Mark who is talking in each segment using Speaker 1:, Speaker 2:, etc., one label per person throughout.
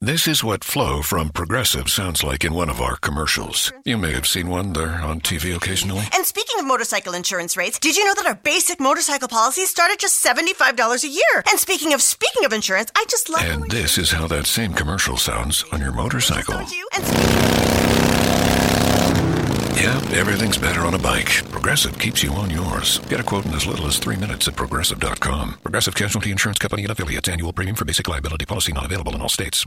Speaker 1: This is what Flow from Progressive sounds like in one of our commercials. You may have seen one there on TV occasionally.
Speaker 2: And speaking of motorcycle insurance rates, did you know that our basic motorcycle policy start at just $75 a year? And speaking of speaking of insurance, I just love
Speaker 1: And this is how that same commercial sounds on your motorcycle.
Speaker 2: Don't you? And speaking
Speaker 1: Yeah, everything's better on a bike. Progressive keeps you on yours. Get a quote in as little as three minutes at progressive.com. Progressive Casualty Insurance Company and affiliates. Annual premium for basic liability policy not available in all states.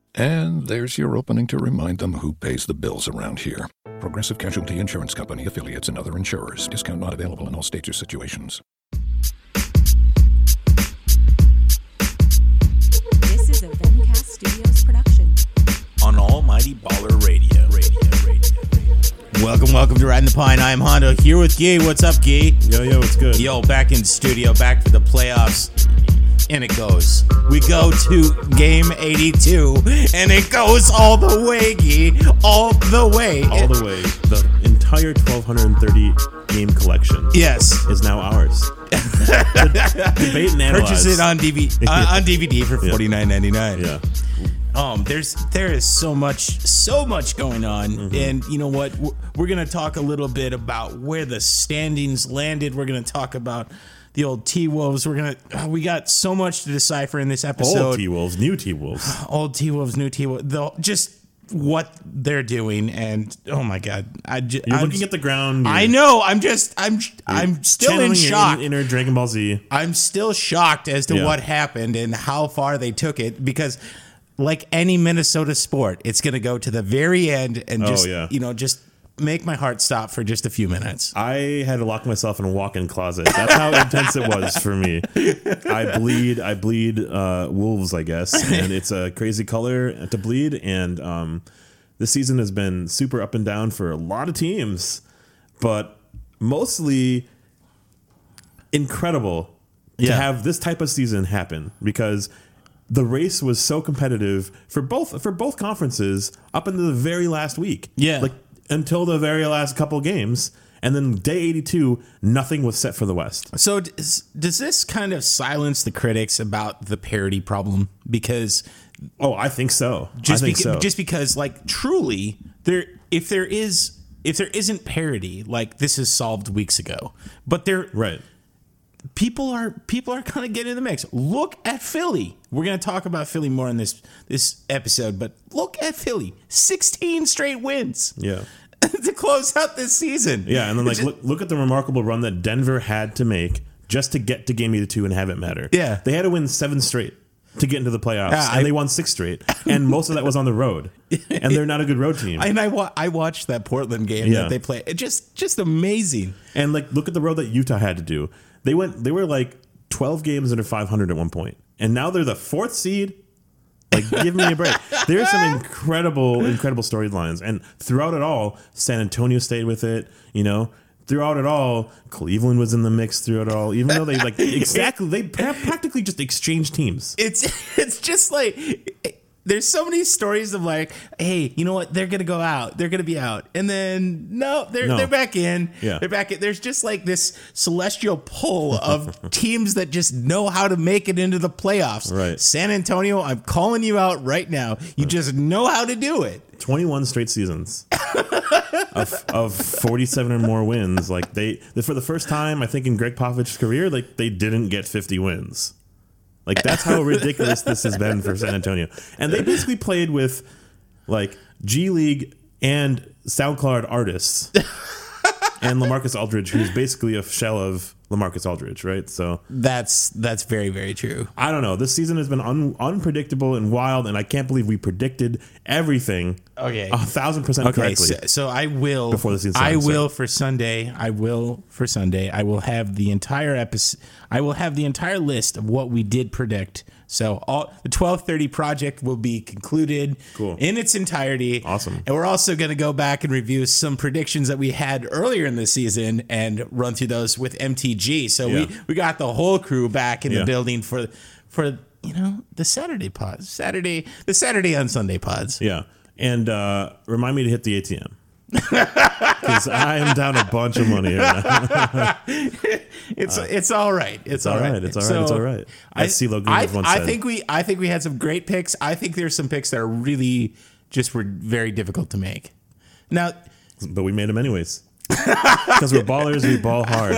Speaker 1: And there's your opening to remind them who pays the bills around here. Progressive Casualty Insurance Company, affiliates, and other insurers. Discount not available in all states or situations.
Speaker 3: This is a Vencast Studios production.
Speaker 4: on Almighty Baller Radio. Radio, radio.
Speaker 5: Welcome, welcome to Riding the Pine. I am Hondo here with Gee. What's up, Gee?
Speaker 6: Yo, yo, it's good.
Speaker 5: Yo, back in the studio, back for the playoffs. And it goes. We go to game 82, and it goes all the way, Gee. All the way.
Speaker 6: All the way, the entire 1,230 game collection
Speaker 5: Yes.
Speaker 6: is now ours. Debate and analyze.
Speaker 5: Purchase it on DVD, uh, on DVD for forty nine ninety nine.
Speaker 6: Yeah.
Speaker 5: Um, there's there is so much so much going on,
Speaker 6: Mm-hmm.
Speaker 5: and you know what? We're, we're gonna talk a little bit about where the standings landed. We're gonna talk about the old T Wolves. We're gonna oh, we got so much to decipher in this
Speaker 6: Old
Speaker 5: episode.
Speaker 6: T Wolves, new T Wolves.
Speaker 5: Old T Wolves, new T Wolves, the just what they're doing, and oh my god, I just
Speaker 6: You're looking at the ground.
Speaker 5: I
Speaker 6: you're
Speaker 5: know. I'm just. I'm. I'm still in
Speaker 6: channeling your
Speaker 5: shock.
Speaker 6: in- Inner Dragon Ball Z.
Speaker 5: I'm still shocked as to
Speaker 6: Yeah.
Speaker 5: what happened and how far they took it because like any Minnesota sport, it's going to go to the very end and
Speaker 6: Oh,
Speaker 5: just
Speaker 6: yeah.
Speaker 5: you know just make my heart stop for just a few minutes.
Speaker 6: I had to lock myself in a walk-in closet. That's how intense it was for me. I bleed. I bleed uh, wolves, I guess, and it's a crazy color to bleed. And um, this season has been super up and down for a lot of teams, but mostly incredible to
Speaker 5: Yeah.
Speaker 6: have this type of season happen because the race was so competitive for both for both conferences up into the very last week.
Speaker 5: Yeah.
Speaker 6: like until the very last couple games, and then day eighty-two, nothing was set for the West.
Speaker 5: So does, does this kind of silence the critics about the parity problem because
Speaker 6: Oh, I think so.
Speaker 5: just
Speaker 6: I think
Speaker 5: beca-
Speaker 6: so.
Speaker 5: just because like truly there if there is if there isn't parity like this is solved weeks ago but there
Speaker 6: right.
Speaker 5: people are people are kind of getting in the mix. Look at Philly. We're going to talk about Philly more in this this episode, but look at Philly. 16 straight wins
Speaker 6: Yeah.
Speaker 5: to close out this season.
Speaker 6: Yeah, and then like
Speaker 5: Just-
Speaker 6: look, look at the remarkable run that Denver had to make just to get to game 82 and have it matter.
Speaker 5: Yeah.
Speaker 6: They had to win 7 straight to get into the playoffs
Speaker 5: Yeah,
Speaker 6: and
Speaker 5: I-
Speaker 6: they won 6 straight and most of that was on the road. And they're not a good road team.
Speaker 5: and I wa- I watched that Portland game
Speaker 6: Yeah.
Speaker 5: that they play. It just just amazing.
Speaker 6: and like look at the road that Utah had to do. They went they were like 12 games under 500 at one point. And now they're the 4th seed. Like give me a break. There's some incredible incredible storylines and throughout it all San Antonio stayed with it, you know. Throughout it all, Cleveland was in the mix throughout it all, even though they like exactly they pra- practically just exchanged teams.
Speaker 5: It's it's just like there's so many stories of like, hey, you know what? They're gonna go out. They're gonna be out, and then no, they're
Speaker 6: No.
Speaker 5: they're back in.
Speaker 6: Yeah.
Speaker 5: they're back in. There's just like this celestial pull of teams that just know how to make it into the playoffs.
Speaker 6: Right.
Speaker 5: San Antonio, I'm calling you out right now. You just know how to do it.
Speaker 6: 21 straight seasons of, of 47 or more wins. Like they, for the first time, I think in Greg Popovich's career, like they didn't get 50 wins. Like that's how ridiculous this has been for San Antonio. And they basically played with like G League and SoundCloud artists and Lamarcus Aldridge, who's basically a shell of Lamarcus Aldridge, right? So
Speaker 5: That's that's very very true.
Speaker 6: I don't know. This season has been un- unpredictable and wild, and I can't believe we predicted everything
Speaker 5: Okay.
Speaker 6: a thousand percent
Speaker 5: Okay,
Speaker 6: correctly.
Speaker 5: so, so I will
Speaker 6: Before the season
Speaker 5: I
Speaker 6: starts,
Speaker 5: will for Sunday. I will for Sunday. I will have the entire episode. I will have the entire list of what we did predict. So all the twelve thirty project will be concluded
Speaker 6: Cool.
Speaker 5: in its entirety.
Speaker 6: Awesome.
Speaker 5: And we're also going to go back and review some predictions that we had earlier in the season and run through those with MTG BBG. So
Speaker 6: Yeah.
Speaker 5: we we got the whole crew back in
Speaker 6: Yeah.
Speaker 5: the building for for you know the Saturday pods, Saturday the Saturday and Sunday pods.
Speaker 6: Yeah. And uh, remind me to hit the ATM. Because I am down a bunch of money. Right now.
Speaker 5: It's it's all right. It's, all right.
Speaker 6: Uh, It's all right. It's all right.
Speaker 5: I,
Speaker 6: As CeeLo
Speaker 5: I,
Speaker 6: Greenwood once
Speaker 5: I
Speaker 6: said.
Speaker 5: think we I think we had some great picks. I think there's some picks that are really just were very difficult to make. Now,
Speaker 6: But we made them anyways. Because we're ballers, we ball hard.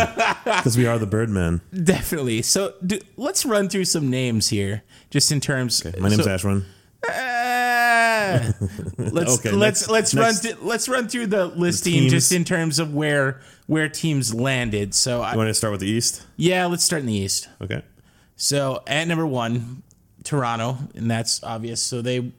Speaker 6: Because we are the Birdmen.
Speaker 5: definitely. So do, let's run through some names here, just in terms.
Speaker 6: My name's
Speaker 5: so-
Speaker 6: Ashwin.
Speaker 5: Ah. let's
Speaker 6: Okay,
Speaker 5: let's
Speaker 6: next-
Speaker 5: let's
Speaker 6: next-
Speaker 5: run through, let's run through the listing
Speaker 6: teams.
Speaker 5: just in terms of where where teams landed. So
Speaker 6: You
Speaker 5: I,
Speaker 6: want to start with the East?
Speaker 5: yeah, let's start in the East.
Speaker 6: Okay.
Speaker 5: So at number one, Toronto, and that's obvious. So they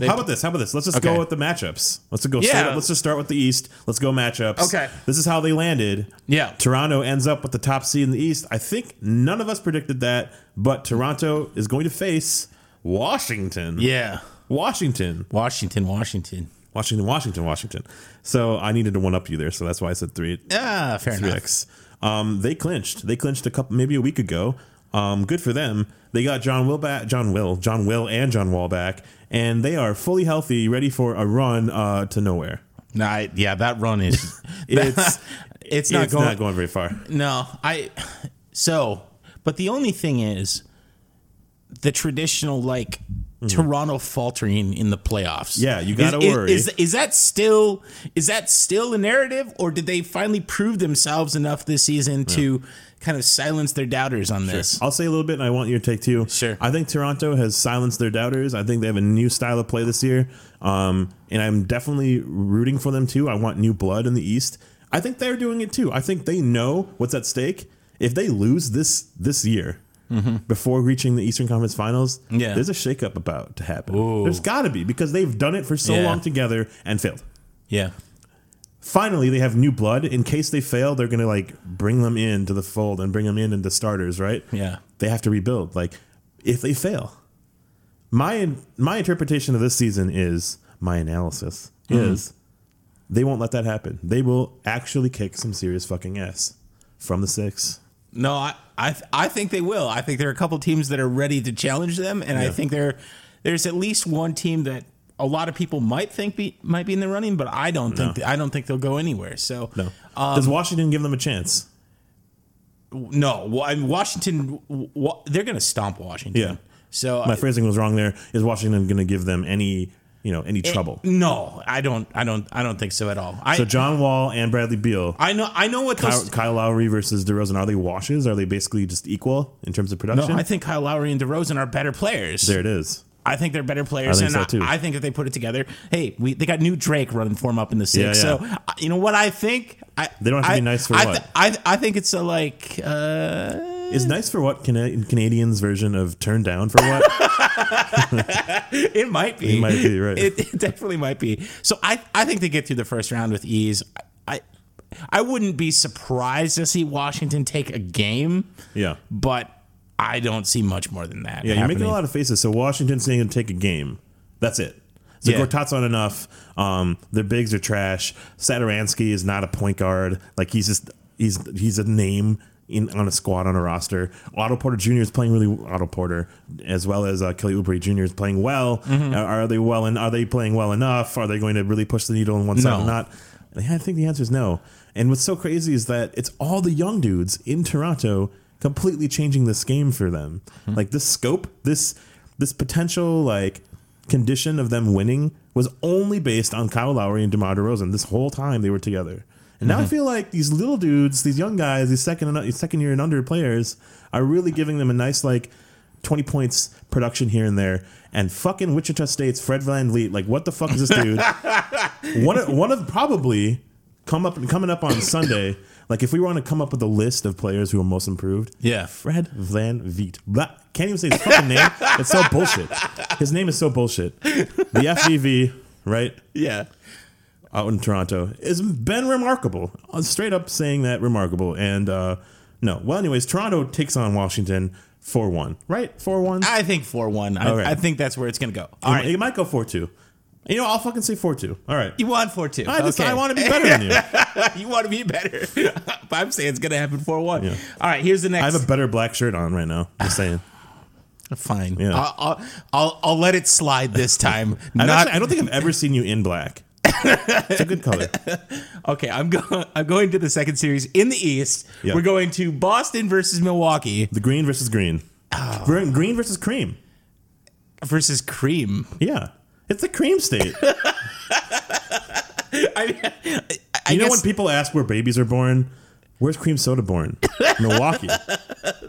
Speaker 6: How about this? How about this? Let's just
Speaker 5: Okay.
Speaker 6: go with the matchups. Let's go straight
Speaker 5: Yeah.
Speaker 6: up. Let's just start with the East. Let's go matchups.
Speaker 5: Okay.
Speaker 6: This is how they landed.
Speaker 5: Yeah.
Speaker 6: Toronto ends up with the top seed in the East. I think none of us predicted that, but Toronto is going to face Washington.
Speaker 5: yeah,
Speaker 6: Washington.
Speaker 5: Washington, Washington.
Speaker 6: Washington, Washington, Washington. So I needed to one up you there, so that's why I said three.
Speaker 5: Ah, fair
Speaker 6: three
Speaker 5: enough.
Speaker 6: X. Um, they clinched. They clinched a couple, maybe a week ago. Um, good for them. They got John Will back, John Will, John Will, and John Wall back, and they are fully healthy, ready for a run uh, to nowhere.
Speaker 5: No, I, yeah, that run is
Speaker 6: It's
Speaker 5: it's not
Speaker 6: it's
Speaker 5: going.
Speaker 6: not going very far.
Speaker 5: No, I. So, but the only thing is, the traditional like Toronto faltering in the playoffs.
Speaker 6: Yeah, you
Speaker 5: Is-
Speaker 6: gotta
Speaker 5: is,
Speaker 6: worry.
Speaker 5: Is, is that still is that still a narrative, or did they finally prove themselves enough this season to kind of silence their doubters on this?
Speaker 6: I'll say a little bit, and I want your take too.
Speaker 5: Sure.
Speaker 6: I think Toronto has silenced their doubters. I think they have a new style of play this year, um, and I'm definitely rooting for them too. I want new blood in the East. I think they're doing it too. I think they know what's at stake. If they lose this this year before reaching the Eastern Conference Finals,
Speaker 5: Mm-hmm. Yeah.
Speaker 6: there's a shakeup about to happen. There's got to be because they've done it for so
Speaker 5: Yeah.
Speaker 6: long together and failed
Speaker 5: Yeah.
Speaker 6: finally they have new blood in case they fail they're gonna like bring them in to the fold and bring them in into starters right
Speaker 5: Yeah.
Speaker 6: they have to rebuild like if they fail my my interpretation of this season is my analysis is they won't let that happen they will actually kick some serious fucking ass from the six
Speaker 5: No, I, I I think they will. I think there are a couple teams that are ready to challenge them, and I
Speaker 6: Yeah.
Speaker 5: think there there's at least one team that a lot of people might think be might be in the running, but I don't think I don't think they'll go anywhere. So um,
Speaker 6: no does washington give them a chance
Speaker 5: no, Wa- I mean, Washington, wa- they're going to stomp Washington.
Speaker 6: Yeah.
Speaker 5: So uh,
Speaker 6: my phrasing was wrong there is washington gonna give them any you know any trouble
Speaker 5: no, I don't, I don't, I don't think so at all. I
Speaker 6: so john wall and bradley beal
Speaker 5: I know I know what
Speaker 6: Kyle,
Speaker 5: those.
Speaker 6: Kyle Lowry versus DeRozan, are they washes? Are they basically just equal in terms of
Speaker 5: No,
Speaker 6: production?
Speaker 5: I think Kyle Lowry and DeRozan are better players.
Speaker 6: there it is.
Speaker 5: I think they're better players,
Speaker 6: I think
Speaker 5: and
Speaker 6: so, too.
Speaker 5: I, I think if they put it together, hey, we they got new Drake running for him up in the six.
Speaker 6: Yeah, yeah.
Speaker 5: So I- you know what I think? I,
Speaker 6: They don't have to be
Speaker 5: I-
Speaker 6: nice for
Speaker 5: I,
Speaker 6: what?
Speaker 5: I I think it's a like uh,
Speaker 6: Is nice for what Cana- Canadians version of turn down for what?
Speaker 5: it might be,
Speaker 6: It might be, right.
Speaker 5: It, it definitely might be. So I I think they get through the first round with ease. I I wouldn't be surprised to see Washington take a game,
Speaker 6: yeah,
Speaker 5: but I don't see much more than that.
Speaker 6: yeah. You're making
Speaker 5: happening.
Speaker 6: a lot of faces. So Washington's going to take a game. That's it. So
Speaker 5: Yeah.
Speaker 6: Gortat's not enough. Um, their bigs are trash. Saturansky is not a point guard. Like he's just he's he's a name. In, on a squad on a roster, Otto Porter Jr. is playing really. Otto Porter, as well as uh, Kelly Oubre Jr. is playing well.
Speaker 5: Mm-hmm.
Speaker 6: Are, are they well? And are they playing well enough? Are they going to really push the needle on one side
Speaker 5: No.
Speaker 6: or not? And I think the answer is no. And what's so crazy is that it's all the young dudes in Toronto completely changing this game for them. Like this scope, this this potential like condition of them winning was only based on Kyle Lowry and DeMar DeRozan this whole time they were together. And now I feel like these little dudes, these young guys, these second and second year and under players are really giving them a nice like 20 points production here and there. And fucking Wichita State's Fred Van Vliet, like what the fuck is this dude? one of, one of probably come up coming up on Sunday. Like if we want to come up with a list of players who are most improved,
Speaker 5: Yeah.
Speaker 6: Fred Van Viet. Blah. Can't even say his fucking name. It's so bullshit. His name is so bullshit. The FVV, right
Speaker 5: yeah.
Speaker 6: out in Toronto, has been remarkable. Uh, Straight up saying that remarkable. And uh, no, well, anyways, Toronto takes on Washington four one, right? Four one.
Speaker 5: I think four one. I,
Speaker 6: All right.
Speaker 5: I think that's where it's gonna go. Ah, All
Speaker 6: It-
Speaker 5: right.
Speaker 6: It might go 4 2. You know, I'll fucking say four two. All right.
Speaker 5: You want four two?
Speaker 6: I just I want to be better than you.
Speaker 5: you want to be better. But I'm saying it's gonna happen four one.
Speaker 6: Yeah.
Speaker 5: All right, here's the next.
Speaker 6: I have a better black shirt on right now. Just saying.
Speaker 5: Fine.
Speaker 6: Yeah.
Speaker 5: I'll, I'll, I'll I'll let it slide this time.
Speaker 6: I,
Speaker 5: Not,
Speaker 6: actually, I don't think I've ever seen you in black. It's a good color.
Speaker 5: okay. I'm going. I'm going to the second series in the East.
Speaker 6: Yeah.
Speaker 5: We're going to Boston versus Milwaukee
Speaker 6: The green versus green.
Speaker 5: Oh.
Speaker 6: Green- Green versus cream.
Speaker 5: versus Cream.
Speaker 6: Yeah. It's the cream state.
Speaker 5: I, mean, I, I
Speaker 6: you know
Speaker 5: guess-
Speaker 6: when people ask where babies are born? Where's cream soda born? Milwaukee.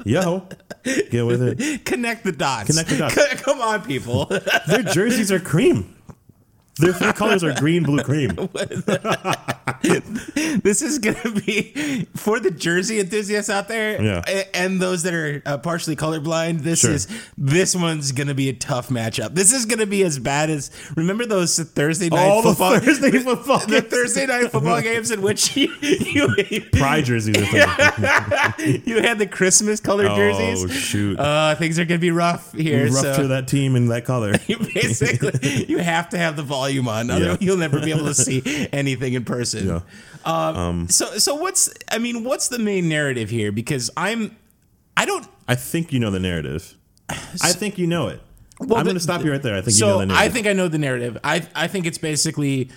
Speaker 6: Yo. Get with it.
Speaker 5: connect the dots.
Speaker 6: Connect the dots.
Speaker 5: C- Come on, people.
Speaker 6: Their jerseys are cream. Their three colors are green, blue, cream.
Speaker 5: this is gonna be for the jersey enthusiasts out there,
Speaker 6: Yeah.
Speaker 5: a- and those that are uh, partially colorblind. This
Speaker 6: Sure.
Speaker 5: is this one's gonna be a tough matchup. This is gonna be as bad as remember those Thursday night
Speaker 6: All the
Speaker 5: football
Speaker 6: Thursday football
Speaker 5: the
Speaker 6: games.
Speaker 5: Thursday night football games in which you you,
Speaker 6: Pride jerseys are things.
Speaker 5: you had the Christmas colored
Speaker 6: Oh,
Speaker 5: jerseys.
Speaker 6: shoot.
Speaker 5: Uh, things are gonna be rough here.
Speaker 6: Rupture
Speaker 5: so.
Speaker 6: that team in that color.
Speaker 5: You basically you have to have the volume on otherwise you'll never be able to see anything in person
Speaker 6: Yeah.
Speaker 5: um, so so what's i mean what's the main narrative here because i'm i don't
Speaker 6: I think you know the narrative. I think you know it.
Speaker 5: Well,
Speaker 6: I'm
Speaker 5: the-
Speaker 6: going to stop you right there. I think you know
Speaker 5: so
Speaker 6: the narrative.
Speaker 5: i think i know the narrative i i think it's basically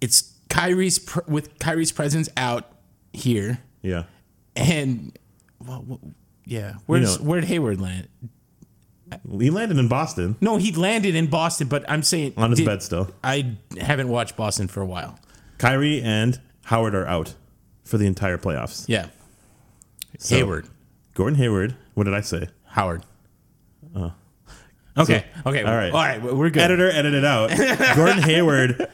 Speaker 5: it's kyrie's pr- with kyrie's presence out here
Speaker 6: yeah.
Speaker 5: and well, well, yeah where's
Speaker 6: know-
Speaker 5: where'd hayward land
Speaker 6: He landed in Boston
Speaker 5: no he landed in boston but i'm saying
Speaker 6: on his
Speaker 5: did-
Speaker 6: bed still.
Speaker 5: i haven't watched boston for a while
Speaker 6: Kyrie and Howard are out for the entire playoffs.
Speaker 5: yeah
Speaker 6: So-
Speaker 5: hayward
Speaker 6: Gordon Hayward. What did I say?
Speaker 5: Howard. okay. okay.
Speaker 6: All right.
Speaker 5: Uh-huh. All right. We're good.
Speaker 6: Editor edit it out. Gordon Hayward.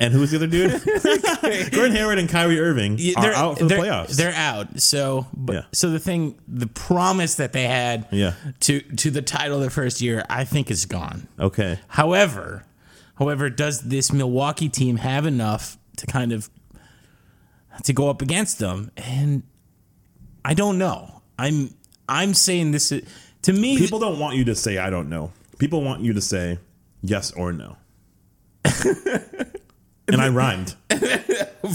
Speaker 6: And who was the other dude? Gordon Hayward and Kyrie Irving
Speaker 5: Yeah,
Speaker 6: are out for the
Speaker 5: they're,
Speaker 6: playoffs.
Speaker 5: They're out. So, but,
Speaker 6: Yeah.
Speaker 5: so the thing, the promise that they had
Speaker 6: Yeah.
Speaker 5: to to the title the first year, I think is gone.
Speaker 6: okay.
Speaker 5: However, however, does this Milwaukee team have enough to kind of to go up against them? And I don't know. I'm I'm saying this is, to me.
Speaker 6: People don't want you to say I don't know. People want you to say yes or no. and I rhymed.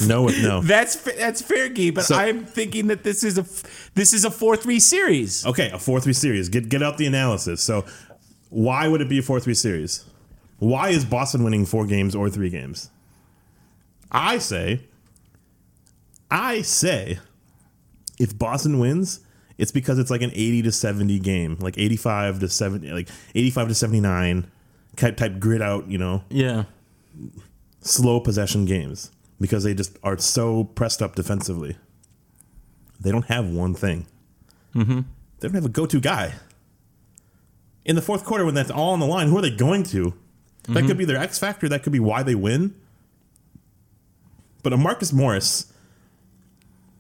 Speaker 6: no with no.
Speaker 5: that's fa- that's fair, Guy, but
Speaker 6: So-
Speaker 5: I'm thinking that this is a f- this is a four three series.
Speaker 6: Okay, a four three series. Get get out the analysis. So, why would it be a four three series? Why is Boston winning four games or three games? I say, I say, if Boston wins, it's because it's like an eighty to seventy game, like eighty five to seventy, like eighty five to seventy nine type type grid out. You know,
Speaker 5: Yeah.
Speaker 6: slow possession games because they just are so pressed up defensively. They don't have one thing.
Speaker 5: Mm-hmm.
Speaker 6: They don't have a go-to guy. In the fourth quarter, when that's all on the line, who are they going to? That
Speaker 5: Mm-hmm.
Speaker 6: could be their X factor. That could be why they win. But a Marcus Morris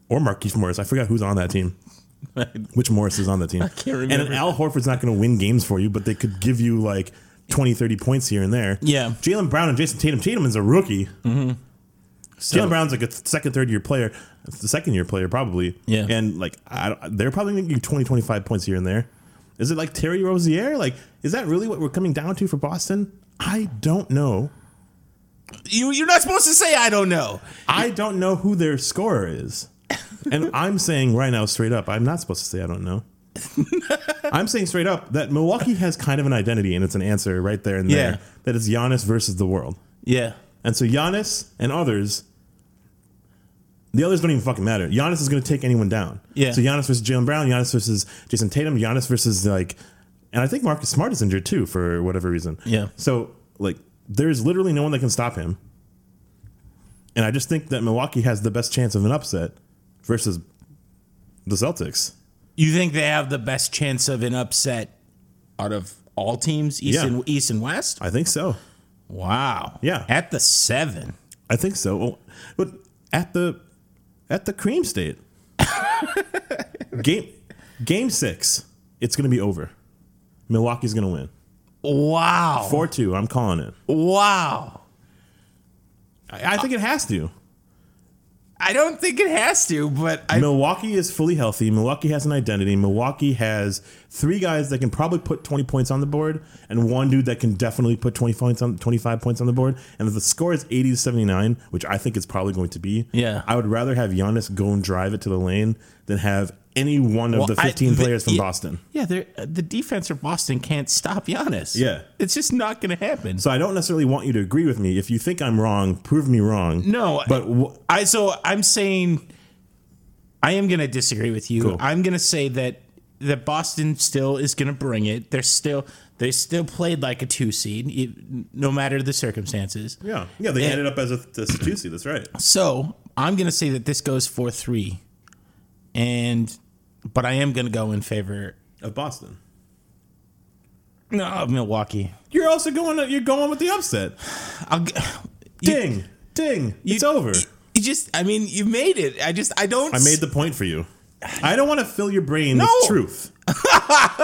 Speaker 6: or Marquise Morris, I forgot who's on that team. Which Morris is on the team? I
Speaker 5: can't
Speaker 6: And an
Speaker 5: remember.
Speaker 6: Al Horford's not going to win games for you, but they could give you like 20, 30 points here and there.
Speaker 5: Yeah. Mm-hmm.
Speaker 6: Jalen Brown and Jason Tatum. Tatum is a rookie.
Speaker 5: So,
Speaker 6: Jalen Brown's like a second, third year player, the second year player probably.
Speaker 5: Yeah.
Speaker 6: And like, I don't, they're probably going to give you 20, 25 points here and there. Is it like Terry Rozier? Like, is that really what we're coming down to for Boston? I don't know.
Speaker 5: you you're not supposed to say I don't know.
Speaker 6: I don't know who their scorer is. And I'm saying right now, straight up, I'm not supposed to say I don't know. I'm saying straight up that Milwaukee has kind of an identity, and it's an answer right there and
Speaker 5: Yeah.
Speaker 6: there that is Giannis versus the world.
Speaker 5: Yeah.
Speaker 6: And so Giannis and others, the others don't even fucking matter. Giannis is going to take anyone down.
Speaker 5: Yeah.
Speaker 6: So Giannis versus Jalen Brown, Giannis versus Jason Tatum, Giannis versus like, and I think Marcus Smart is injured too for whatever reason.
Speaker 5: Yeah.
Speaker 6: So like, there's literally no one that can stop him. And I just think that Milwaukee has the best chance of an upset versus the Celtics.
Speaker 5: You think they have the best chance of an upset out of all teams, East
Speaker 6: Yeah.
Speaker 5: and East and West?
Speaker 6: I think so.
Speaker 5: Wow.
Speaker 6: Yeah.
Speaker 5: At the seven.
Speaker 6: I think so. Well, but at the at the cream state game game six, it's gonna be over. Milwaukee's gonna win
Speaker 5: Wow.
Speaker 6: four two. I'm calling it.
Speaker 5: Wow.
Speaker 6: I, I think it has to.
Speaker 5: I don't think it has to, but I
Speaker 6: Milwaukee is fully healthy. Milwaukee has an identity. Milwaukee has three guys that can probably put 20 points on the board and one dude that can definitely put 20 points on 25 points on the board. And if the score is 80 to 79, which I think it's probably going to be,
Speaker 5: Yeah.
Speaker 6: I would rather have Giannis go and drive it to the lane than have any one of
Speaker 5: Well,
Speaker 6: the
Speaker 5: I-
Speaker 6: 15
Speaker 5: the-
Speaker 6: players from
Speaker 5: yeah.
Speaker 6: Boston.
Speaker 5: Yeah, they're- uh, the defense of Boston can't stop Giannis.
Speaker 6: Yeah.
Speaker 5: It's just not going to happen.
Speaker 6: So I don't necessarily want you to agree with me. If you think I'm wrong, prove me wrong.
Speaker 5: no,
Speaker 6: But wh-
Speaker 5: I so I'm saying I am going to disagree with you.
Speaker 6: Cool.
Speaker 5: I'm going to say that that Boston still is going to bring it. They're still they still played like a 2 seed e- no matter the circumstances.
Speaker 6: yeah, yeah, they
Speaker 5: Yeah.
Speaker 6: ended up as a, as a two seed. That's right.
Speaker 5: So, I'm going to say that this goes 4-3. And but I am going to go in favor
Speaker 6: Of Boston.
Speaker 5: no, of Milwaukee.
Speaker 6: You're also going. You're going with the upset.
Speaker 5: I'll g-
Speaker 6: Ding, ding. it's over.
Speaker 5: You just, I mean, you made it. I just, I don't.
Speaker 6: I made the point for you. I don't want to fill your brain
Speaker 5: No.
Speaker 6: with truth,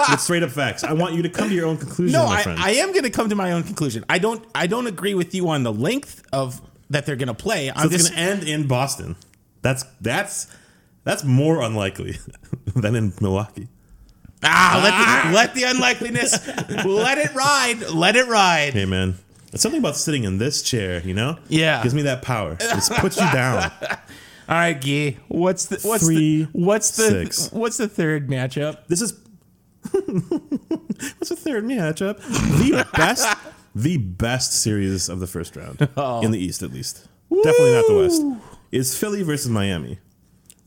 Speaker 6: with straight up facts. I want you to come to your own conclusion,
Speaker 5: No,
Speaker 6: my
Speaker 5: I,
Speaker 6: friend.
Speaker 5: I am going to come to my own conclusion. I don't, I don't agree with you on the length of that they're going to play.
Speaker 6: so
Speaker 5: I'm
Speaker 6: it's
Speaker 5: just,
Speaker 6: going to end in Boston. That's that's that's more unlikely than in Milwaukee.
Speaker 5: ah, let the, let the unlikeliness, let it ride, let it ride.
Speaker 6: Hey, man. It's something about sitting in this chair, you know?
Speaker 5: Yeah.
Speaker 6: Gives me that power. Just puts you down.
Speaker 5: All right, Gee, what's the, what's
Speaker 6: Three,
Speaker 5: the, what's the,
Speaker 6: six.
Speaker 5: what's the third matchup?
Speaker 6: This is what's the third matchup? The best, the best series of the first round
Speaker 5: Oh.
Speaker 6: in the East, at least. Definitely not the West. Is Philly versus Miami?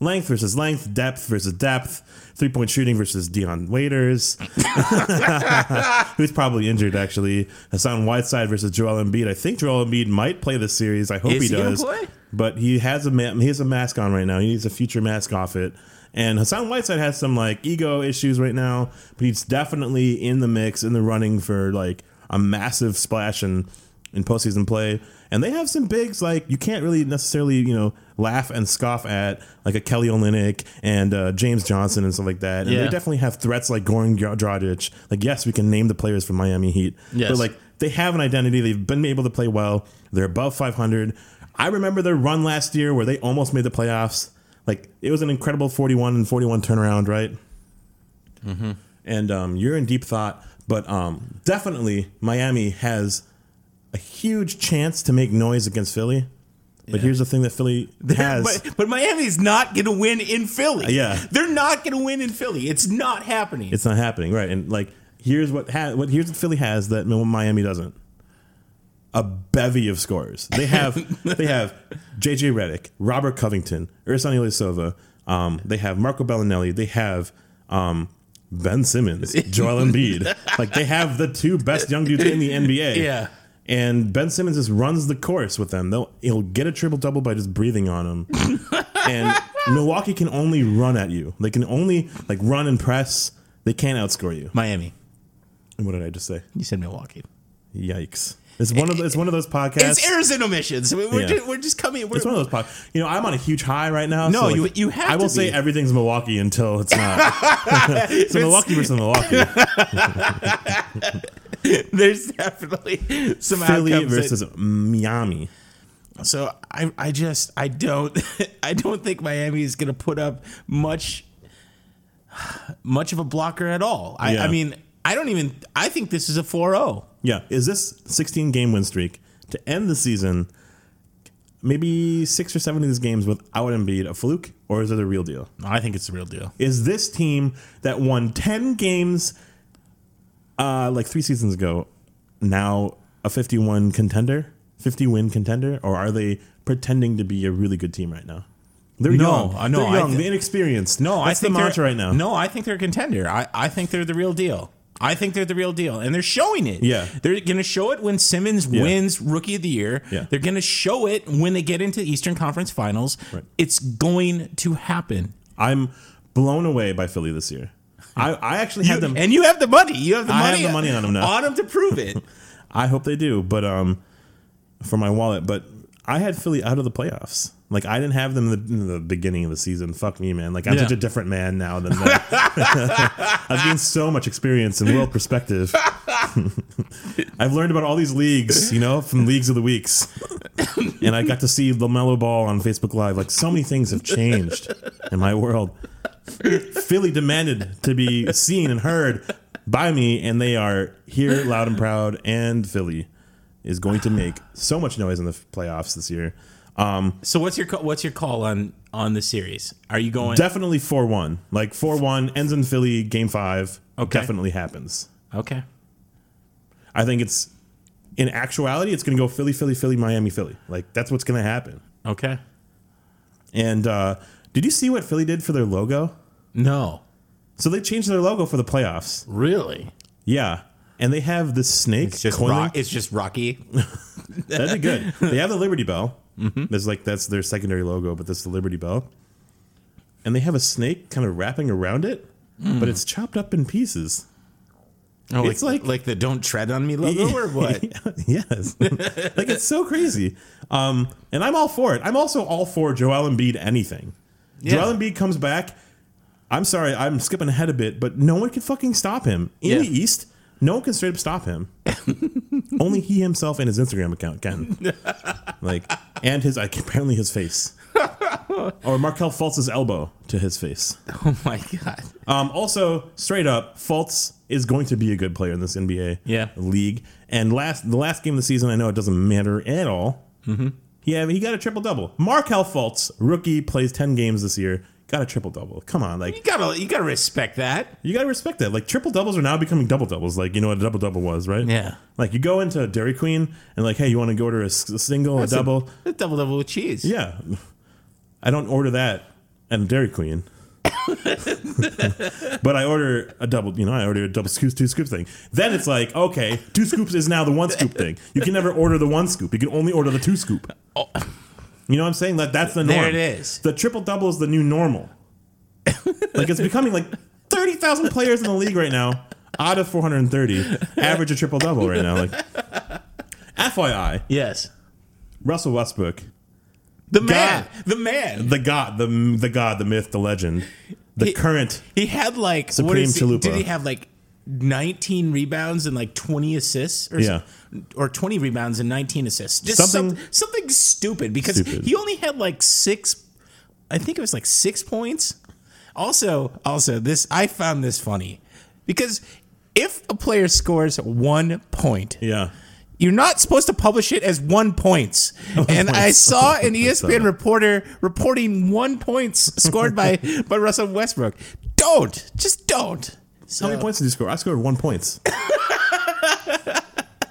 Speaker 6: Length versus length, depth versus depth, three point shooting versus Dion Waiters, who's probably injured actually. Hassan Whiteside versus Joel Embiid. I think Joel Embiid might play this series. I hope
Speaker 5: Is
Speaker 6: he
Speaker 5: he gonna
Speaker 6: does.
Speaker 5: play?
Speaker 6: But he has a ma- he has a mask on right now. He needs a future mask off it. And Hassan Whiteside has some like ego issues right now, but he's definitely in the mix in the running for like a massive splash in in postseason play. And they have some bigs like you can't really necessarily you know laugh and scoff at like a Kelly Olynyk and uh, James Johnson and stuff like that. And
Speaker 5: Yeah.
Speaker 6: they definitely have threats like Goran Dragic. Like yes, we can name the players from Miami Heat,
Speaker 5: Yes.
Speaker 6: but like they have an identity. They've been able to play well. They're above 500. I remember their run last year where they almost made the playoffs. Like it was an incredible 41 and 41 turnaround, right?
Speaker 5: Mm-hmm.
Speaker 6: And um, you're in deep thought, but um, definitely Miami has a huge chance to make noise against Philly. But here's the thing that Philly has.
Speaker 5: But, but Miami's not going to win in Philly.
Speaker 6: Yeah.
Speaker 5: They're not going to win in Philly. It's not happening.
Speaker 6: It's not happening, right? And like, here's what ha- what here's what Philly has that Miami doesn't. A bevy of scorers. They have they have JJ Redick, Robert Covington, Ursan Ilyasova. Um, they have Marco Bellinelli. They have um, Ben Simmons, Joel Embiid. like they have the two best young dudes in the NBA.
Speaker 5: Yeah.
Speaker 6: And Ben Simmons just runs the course with them. They'll he'll get a triple double by just breathing on him. and Milwaukee can only run at you. They can only like run and press. They can't outscore you.
Speaker 5: Miami.
Speaker 6: And what did I just say?
Speaker 5: You said Milwaukee.
Speaker 6: Yikes! It's one of the, it's one of those podcasts.
Speaker 5: It's errors and omissions. We- We're,
Speaker 6: Yeah.
Speaker 5: just, we're just coming. We're,
Speaker 6: It's one of those podcasts. You know, I'm on a huge high right now.
Speaker 5: No,
Speaker 6: so,
Speaker 5: you- you have
Speaker 6: I will
Speaker 5: to
Speaker 6: say
Speaker 5: be.
Speaker 6: everything's Milwaukee until it's not. so Milwaukee versus Milwaukee,
Speaker 5: There's definitely some
Speaker 6: Philly
Speaker 5: outcomes that-
Speaker 6: versus Miami.
Speaker 5: so I I just I don't I don't think Miami is going to put up much much of a blocker at all. I,
Speaker 6: Yeah.
Speaker 5: I mean I don't even I think this is a oh. 4-0.
Speaker 6: Yeah, is this 16 game win streak to end the season? Maybe six or seven of these games without Embiid a fluke, or is it the real deal?
Speaker 5: No, I think it's the real deal.
Speaker 6: is this team that won 10 games uh, like three seasons ago now a 51 contender 50 win contender or are they pretending to be a really good team right now they're
Speaker 5: No,
Speaker 6: young
Speaker 5: I know.
Speaker 6: they're
Speaker 5: I
Speaker 6: young
Speaker 5: thi-
Speaker 6: they're inexperienced
Speaker 5: No, I
Speaker 6: that's
Speaker 5: think
Speaker 6: the
Speaker 5: they're-
Speaker 6: mantra right now
Speaker 5: No, I think they're a contender. I, I think they're the real deal. I think they're the real deal, and they're showing it.
Speaker 6: Yeah.
Speaker 5: they're going to show it when Simmons
Speaker 6: Yeah.
Speaker 5: wins Rookie of the Year.
Speaker 6: Yeah.
Speaker 5: they're going to show it when they get into the Eastern Conference Finals.
Speaker 6: Right.
Speaker 5: It's going to happen.
Speaker 6: i'm blown away by philly this year I, I actually
Speaker 5: You-
Speaker 6: had them
Speaker 5: and you have the money. You have the
Speaker 6: I
Speaker 5: money.
Speaker 6: have the money on 'em now.
Speaker 5: On 'em to prove it.
Speaker 6: I hope they do, but um, for my wallet. But I had Philly out of the playoffs. Like I didn't have them in the, in the beginning of the season. Fuck me, man. Like I'm
Speaker 5: Yeah.
Speaker 6: such a different man now than then. I've gained so much experience and world perspective. I've learned about all these leagues, you know, from leagues of the weeks. and I got to see LaMelo Ball on Facebook Live. Like, so many things have changed in my world. Philly demanded to be seen and heard by me, and they are here loud and proud. And Philly is going to make so much noise in the playoffs this year. Um,
Speaker 5: So what's your call, what's your call on on the series? Are you going?
Speaker 6: definitely 4 1. Like, 4 1 ends in Philly, game five.
Speaker 5: Okay.
Speaker 6: Definitely happens.
Speaker 5: okay.
Speaker 6: I think it's in actuality, it's going to go Philly, Philly, Philly, Miami, Philly. Like that's what's going to happen.
Speaker 5: Okay.
Speaker 6: And uh, did you see what Philly did for their logo?
Speaker 5: No.
Speaker 6: So they changed their logo for the playoffs.
Speaker 5: Really?
Speaker 6: Yeah, and they have this snake.
Speaker 5: It's just
Speaker 6: coiling-
Speaker 5: rock. It's just Rocky.
Speaker 6: That'd be good. they have the Liberty Bell. Mm-hmm. That's like that's their secondary logo, but that's the Liberty Bell. And they have a snake kind of wrapping around it, but it's chopped up in pieces.
Speaker 5: Oh,
Speaker 6: It's
Speaker 5: it's like
Speaker 6: like-
Speaker 5: like the "Don't Tread on Me" logo or what?
Speaker 6: yes. like it's so crazy. Um, and I'm all for it. I'm also all for Joel Embiid anything. Joel Embiid comes back. I'm sorry, I'm skipping ahead a bit, but no one can fucking stop him. In the
Speaker 5: Yeah.
Speaker 6: East, no one can straight up stop him. Only he himself and his Instagram account can. like and his like, apparently his face. or Markel Fultz's elbow to his face.
Speaker 5: Oh my god.
Speaker 6: Um, also, straight up, Fultz is going to be a good player in this NBA
Speaker 5: Yeah.
Speaker 6: league. And last the last game of the season, I know it doesn't matter at all. Mm-hmm. Yeah, he got a triple double. Markel Fultz, rookie, plays ten games this year. Got a triple double. Come on,
Speaker 5: You
Speaker 6: like
Speaker 5: gotta you gotta respect that.
Speaker 6: you gotta respect that. Like triple doubles are now becoming double doubles. Like you know what a double double was, right?
Speaker 5: Yeah.
Speaker 6: Like you go into Dairy Queen and like, hey, you want to go order a, s- a single, a double?
Speaker 5: A double double with cheese.
Speaker 6: Yeah. I don't order that at a Dairy Queen. but I order a double, you know, I order a double scoops, two scoops thing. Then it's like, okay, two scoops is now the one scoop thing. You can never order the one scoop. You can only order the two scoop. You know what I'm saying? Like that's the norm.
Speaker 5: Oh. There it is.
Speaker 6: The triple double is the new normal. like it's becoming like 30,000 players in the league right now out of 430 average a triple double right now. Like FYI,
Speaker 5: Yes.
Speaker 6: Russell Westbrook
Speaker 5: The man. The man.
Speaker 6: the god, the the god, the myth, the legend, the
Speaker 5: He-
Speaker 6: current.
Speaker 5: He had like
Speaker 6: Supreme
Speaker 5: what is he-
Speaker 6: Chalupa.
Speaker 5: Did he have like 19 rebounds and like 20 assists or
Speaker 6: Yeah.
Speaker 5: some- or 20 rebounds and 19 assists? Just
Speaker 6: Something-
Speaker 5: something something stupid because
Speaker 6: Stupid.
Speaker 5: he only had like 6 I think it was like 6 points. Also, also this I found this funny because if a player scores 1 point,
Speaker 6: Yeah,
Speaker 5: you're not supposed to publish it as one points. and I saw an E ESPN reporter reporting one points scored by by Russell Westbrook. Don't just don't.
Speaker 6: how many points did you score? I scored one points.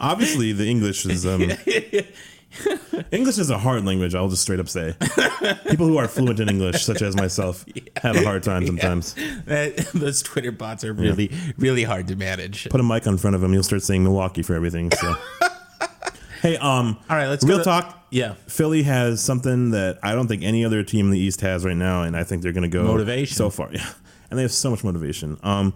Speaker 6: Obviously, the English is um, English is a hard language. I'll just straight up say, people who are fluent in English, such as myself, have a hard time sometimes.
Speaker 5: That- those Twitter bots are really really hard to manage.
Speaker 6: Put a mic in front of him, you'll start saying Milwaukee for everything. So, hey, um,
Speaker 5: All right, let's go
Speaker 6: real
Speaker 5: to-
Speaker 6: talk.
Speaker 5: Yeah.
Speaker 6: Philly has something that I don't think any other team in the East has right now, and I think they're going to go
Speaker 5: Motivation.
Speaker 6: so far. Yeah, and they have so much motivation. Um,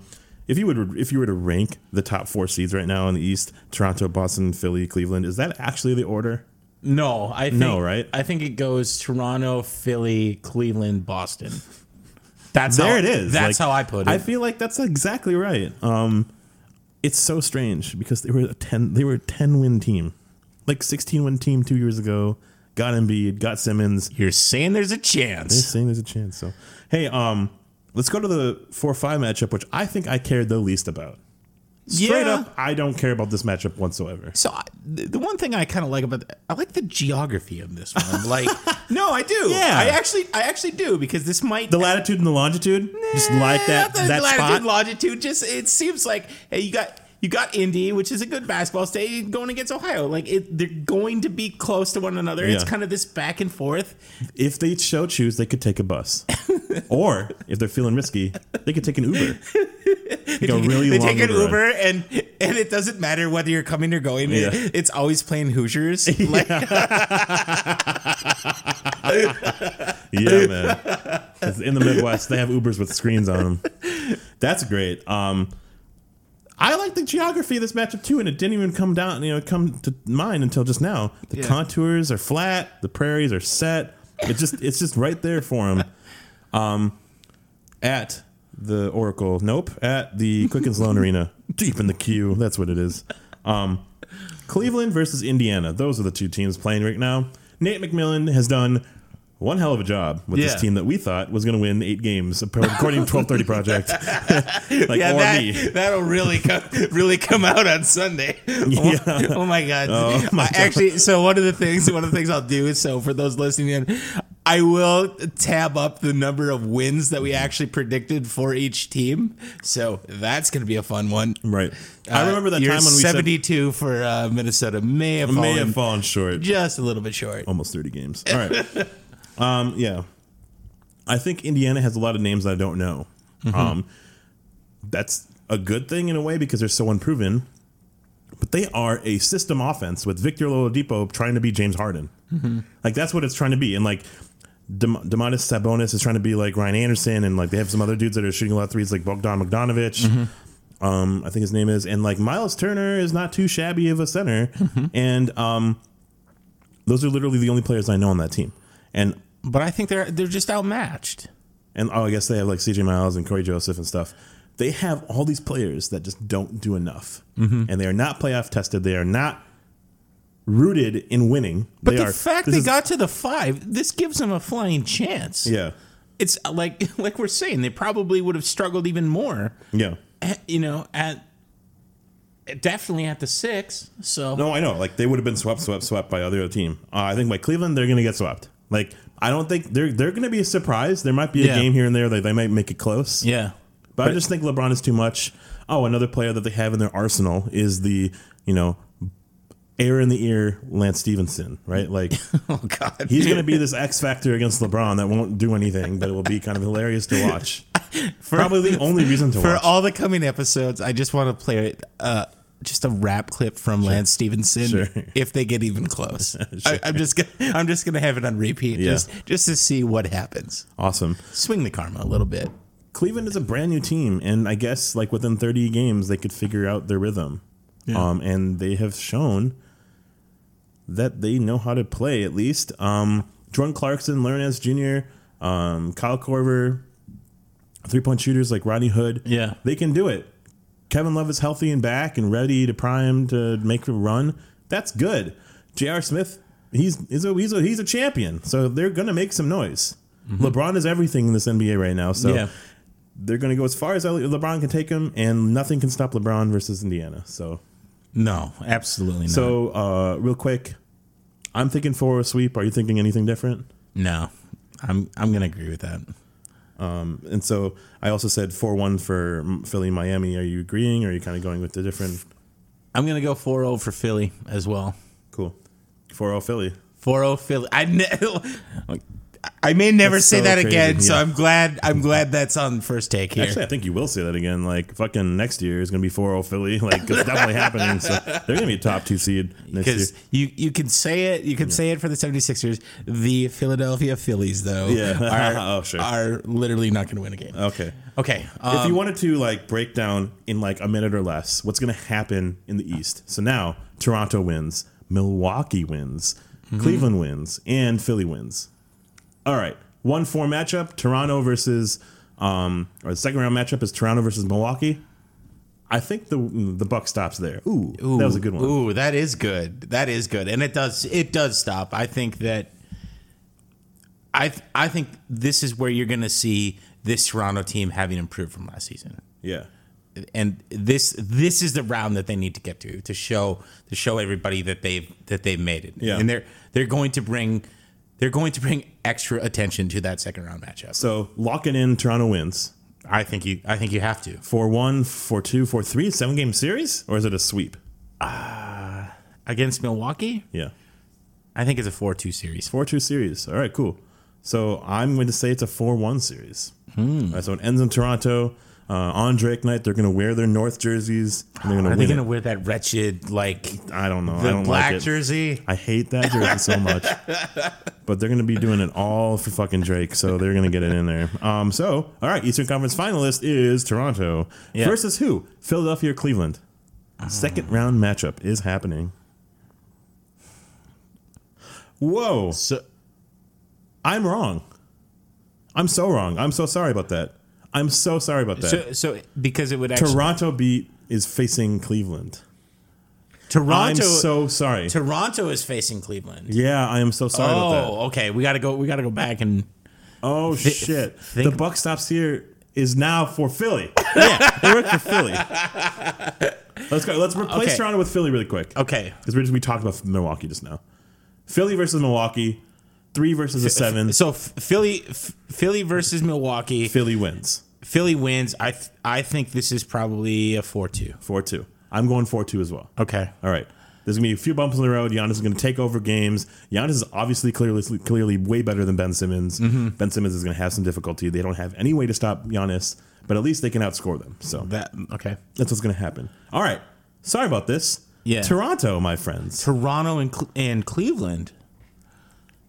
Speaker 6: if you would, if you were to rank the top four seeds right now in the East, Toronto, Boston, Philly, Cleveland, is that actually the order?
Speaker 5: No, I think,
Speaker 6: No, right?
Speaker 5: I think it goes Toronto, Philly, Cleveland, Boston. That's
Speaker 6: There
Speaker 5: how,
Speaker 6: it is.
Speaker 5: That's
Speaker 6: Like,
Speaker 5: how I put it.
Speaker 6: I feel like that's exactly right. Um, it's so strange because they were a ten. They were a ten win team, like sixteen win team two years ago. Got Embiid, got Simmons.
Speaker 5: You're saying there's a chance.
Speaker 6: Just saying there's a chance. So, hey, um, let's go to the four five matchup, which I think I cared the least about. Straight
Speaker 5: Yeah.
Speaker 6: up, I don't care about this matchup whatsoever.
Speaker 5: So I, the the one thing I kind of like about the, I like the geography of this one. Like, no, I do.
Speaker 6: Yeah.
Speaker 5: I actually, I actually do because this might
Speaker 6: The latitude and the longitude, just like that
Speaker 5: Eh,
Speaker 6: that
Speaker 5: latitude,
Speaker 6: spot.
Speaker 5: longitude. Just it seems like hey, you got you got Indy, which is a good basketball state, going against Ohio. Like it, they're going to be close to one another. It's
Speaker 6: Yeah.
Speaker 5: kind of this back and forth.
Speaker 6: if they so choose, they could take a bus, or if they're feeling risky, they could take an Uber. Take a really
Speaker 5: they
Speaker 6: long
Speaker 5: take an Uber,
Speaker 6: ride.
Speaker 5: and and it doesn't matter whether you're coming or going.
Speaker 6: Yeah.
Speaker 5: It's always playing Hoosiers. Like,
Speaker 6: Yeah, man. 'Cause In the Midwest, they have Ubers with screens on them. That's great. Um, I like the geography of this matchup too, and it didn't even come down, you know, come to mind until just now. The
Speaker 5: Yeah.
Speaker 6: contours are flat, the prairies are set. It's just, it's just right there for him. Um, at the Oracle, nope, at the Quick and Sloan Arena, deep in the queue. That's what it is. Um, Cleveland versus Indiana. Those are the two teams playing right now. Nate McMillan has done one hell of a job with
Speaker 5: Yeah.
Speaker 6: this team that we thought was going to win eight games, according to 1230 Project. like,
Speaker 5: yeah,
Speaker 6: or
Speaker 5: that,
Speaker 6: me.
Speaker 5: that'll really come really come out on Sunday.
Speaker 6: Yeah.
Speaker 5: Oh, oh my god!
Speaker 6: Oh my
Speaker 5: I- Actually, so one of the things one of the things I'll do is so for those listening in, I will tab up the number of wins that we actually predicted for each team. So that's gonna be a fun one.
Speaker 6: Right. I
Speaker 5: Uh,
Speaker 6: remember that
Speaker 5: your
Speaker 6: time when we said
Speaker 5: seventy-two for uh, Minnesota may have
Speaker 6: may
Speaker 5: fallen
Speaker 6: have fallen short.
Speaker 5: just a little bit short.
Speaker 6: almost 30 games. All right. um, yeah. I think Indiana has a lot of names I don't know. Um, that's a good thing in a way because they're so unproven. But they are a system offense with Victor Oladipo trying to be James Harden. Like that's what it's trying to be. And like Dem- Demonis Sabonis is trying to be like Ryan Anderson, and like they have some other dudes that are shooting a lot of threes, like Bogdan Bogdanovich. Um, I think his name is, and like Miles Turner is not too shabby of a center, and um, those are literally the only players I know on that team. And
Speaker 5: But I think they're they're just outmatched.
Speaker 6: and oh, I guess they have like CJ Miles and Corey Joseph and stuff. They have all these players that just don't do enough,
Speaker 5: Mm-hmm.
Speaker 6: and they are not playoff tested. They are not rooted in winning.
Speaker 5: But
Speaker 6: they
Speaker 5: the
Speaker 6: are,
Speaker 5: fact
Speaker 6: this
Speaker 5: they
Speaker 6: is-
Speaker 5: got to the five, this gives them a flying chance.
Speaker 6: yeah,
Speaker 5: it's like like we're saying they probably would have struggled even more
Speaker 6: yeah.
Speaker 5: eh, you know at definitely at the six so
Speaker 6: No, I know. Like they would have been swept, swept, swept by other team. Uh, I think by Cleveland, they're going to get swept. Like I don't think they're they're going to be surprised. There might be a
Speaker 5: Yeah.
Speaker 6: game here and there that they might make it close.
Speaker 5: yeah
Speaker 6: But I just think LeBron is too much. Oh, another player that they have in their arsenal is the, you know, air in the ear Lance Stevenson, right? Like
Speaker 5: oh god
Speaker 6: he's going to be this X factor against LeBron that won't do anything, but it will be kind of hilarious to watch. Probably the only reason to
Speaker 5: for
Speaker 6: watch.
Speaker 5: all the coming episodes i just want to play uh just a rap clip from Lance Stevenson,
Speaker 6: Sure.
Speaker 5: if they get even close. I, I'm just gonna, I'm just gonna have it on repeat,
Speaker 6: Yeah.
Speaker 5: just just to see what happens.
Speaker 6: awesome.
Speaker 5: Swing the karma a little bit.
Speaker 6: Cleveland is a brand new team, and I guess like within 30 games they could figure out their rhythm. Um, and they have shown that they know how to play at least. Um, Jordan Clarkson, Lernes Jr., um, Kyle Corver, three point shooters like Rodney Hood.
Speaker 5: Yeah.
Speaker 6: they can do it. Kevin Love is healthy and back and ready to prime to make a run. That's good. J.R. Smith, he's he's a, he's a he's a champion, so they're gonna make some noise. LeBron is everything in this NBA right now, so they're going to go as far as LeBron can take him, and nothing can stop LeBron versus Indiana. So,
Speaker 5: no, absolutely not.
Speaker 6: so uh, real quick, I'm thinking for a sweep. Are you thinking anything different?
Speaker 5: no, I'm I'm gonna agree with that.
Speaker 6: And so I also said four one for Philly, Miami. Are you agreeing? Or are you kind of going with the different?
Speaker 5: I'm gonna go 4-0 for Philly as well.
Speaker 6: Cool, four zero Philly.
Speaker 5: 4-0 Philly. I ne- I may never
Speaker 6: That's
Speaker 5: say
Speaker 6: so
Speaker 5: that again,
Speaker 6: crazy,
Speaker 5: so
Speaker 6: yeah.
Speaker 5: I'm glad I'm glad that's on first take here.
Speaker 6: Actually, I think you will say that again. Like fucking next year is going to be four zero Philly. Like it's definitely happening. So they're going to be a top two seed next year.
Speaker 5: because you, you can say it you can say it for the 76ers the philadelphia phillies though
Speaker 6: Yeah.
Speaker 5: are,
Speaker 6: Oh, sure.
Speaker 5: are literally not going to win a game
Speaker 6: Okay.
Speaker 5: okay um,
Speaker 6: if you wanted to like break down in like a minute or less what's going to happen in the east so now toronto wins milwaukee wins
Speaker 5: Mm-hmm.
Speaker 6: cleveland wins and philly wins all right one four matchup toronto versus um or the second round matchup is toronto versus milwaukee i think the the buck stops there ooh, that was a good one
Speaker 5: Ooh, that is good. That is good, and it does it does stop. I think that I th- I think this is where you're going to see this Toronto team having improved from last season,
Speaker 6: yeah
Speaker 5: and this this is the round that they need to get to to show to show everybody that they've that they've made it.
Speaker 6: Yeah.
Speaker 5: and they're they're going to bring they're going to bring extra attention to that second round matchup.
Speaker 6: so locking in toronto wins
Speaker 5: I think you I think you have to.
Speaker 6: four one, four two, four three, seven game series or is it a sweep
Speaker 5: Against Milwaukee,
Speaker 6: yeah
Speaker 5: I think it's a 4-2 series.
Speaker 6: Four two series. All right, cool. So I'm going to say it's a four one series.
Speaker 5: Hmm.
Speaker 6: All right, so it ends in Toronto uh, on Drake night. They're going to wear their North jerseys. And they're
Speaker 5: Are
Speaker 6: going
Speaker 5: they
Speaker 6: to
Speaker 5: going to
Speaker 6: win.
Speaker 5: wear that wretched like
Speaker 6: it. I don't know. I
Speaker 5: the
Speaker 6: don't
Speaker 5: black
Speaker 6: like it.
Speaker 5: jersey?
Speaker 6: I hate that jersey so much. But they're going to be doing it all for fucking Drake, so they're going to get it in there. Um, so all right, Eastern Conference finalist is Toronto
Speaker 5: Yeah.
Speaker 6: versus who? Philadelphia or Cleveland? Second round matchup is happening. Whoa.
Speaker 5: So
Speaker 6: I'm wrong. I'm so wrong. I'm so sorry about that. I'm so sorry about that.
Speaker 5: So, so because it would actually
Speaker 6: Toronto beat is facing Cleveland.
Speaker 5: Toronto.
Speaker 6: I'm so sorry.
Speaker 5: Toronto is facing Cleveland.
Speaker 6: yeah, I am so sorry about that.
Speaker 5: oh, okay. We gotta go. We gotta go back and
Speaker 6: Oh shit!
Speaker 5: think-
Speaker 6: the buck stops here is now for Philly. Yeah, they work for Philly. Let's go. Let's replace
Speaker 5: Okay.
Speaker 6: Toronto with Philly really quick.
Speaker 5: okay.
Speaker 6: because we just we talked about Milwaukee just now. Philly versus Milwaukee, three versus a seven.
Speaker 5: So F- Philly, F- Philly versus Milwaukee.
Speaker 6: Philly wins
Speaker 5: Philly wins. I th- I think this is probably a four-two.
Speaker 6: four two. I'm going four two as well.
Speaker 5: Okay.
Speaker 6: All right. There's gonna be a few bumps in the road. Giannis is gonna take over games. Giannis is obviously clearly clearly way better than Ben Simmons.
Speaker 5: Mm-hmm.
Speaker 6: Ben Simmons is gonna have some difficulty. They don't have any way to stop Giannis, but at least they can outscore them. So
Speaker 5: That okay.
Speaker 6: That's what's going to happen. All right. Sorry about this.
Speaker 5: Yeah.
Speaker 6: Toronto, my friends.
Speaker 5: Toronto and Cle- and Cleveland.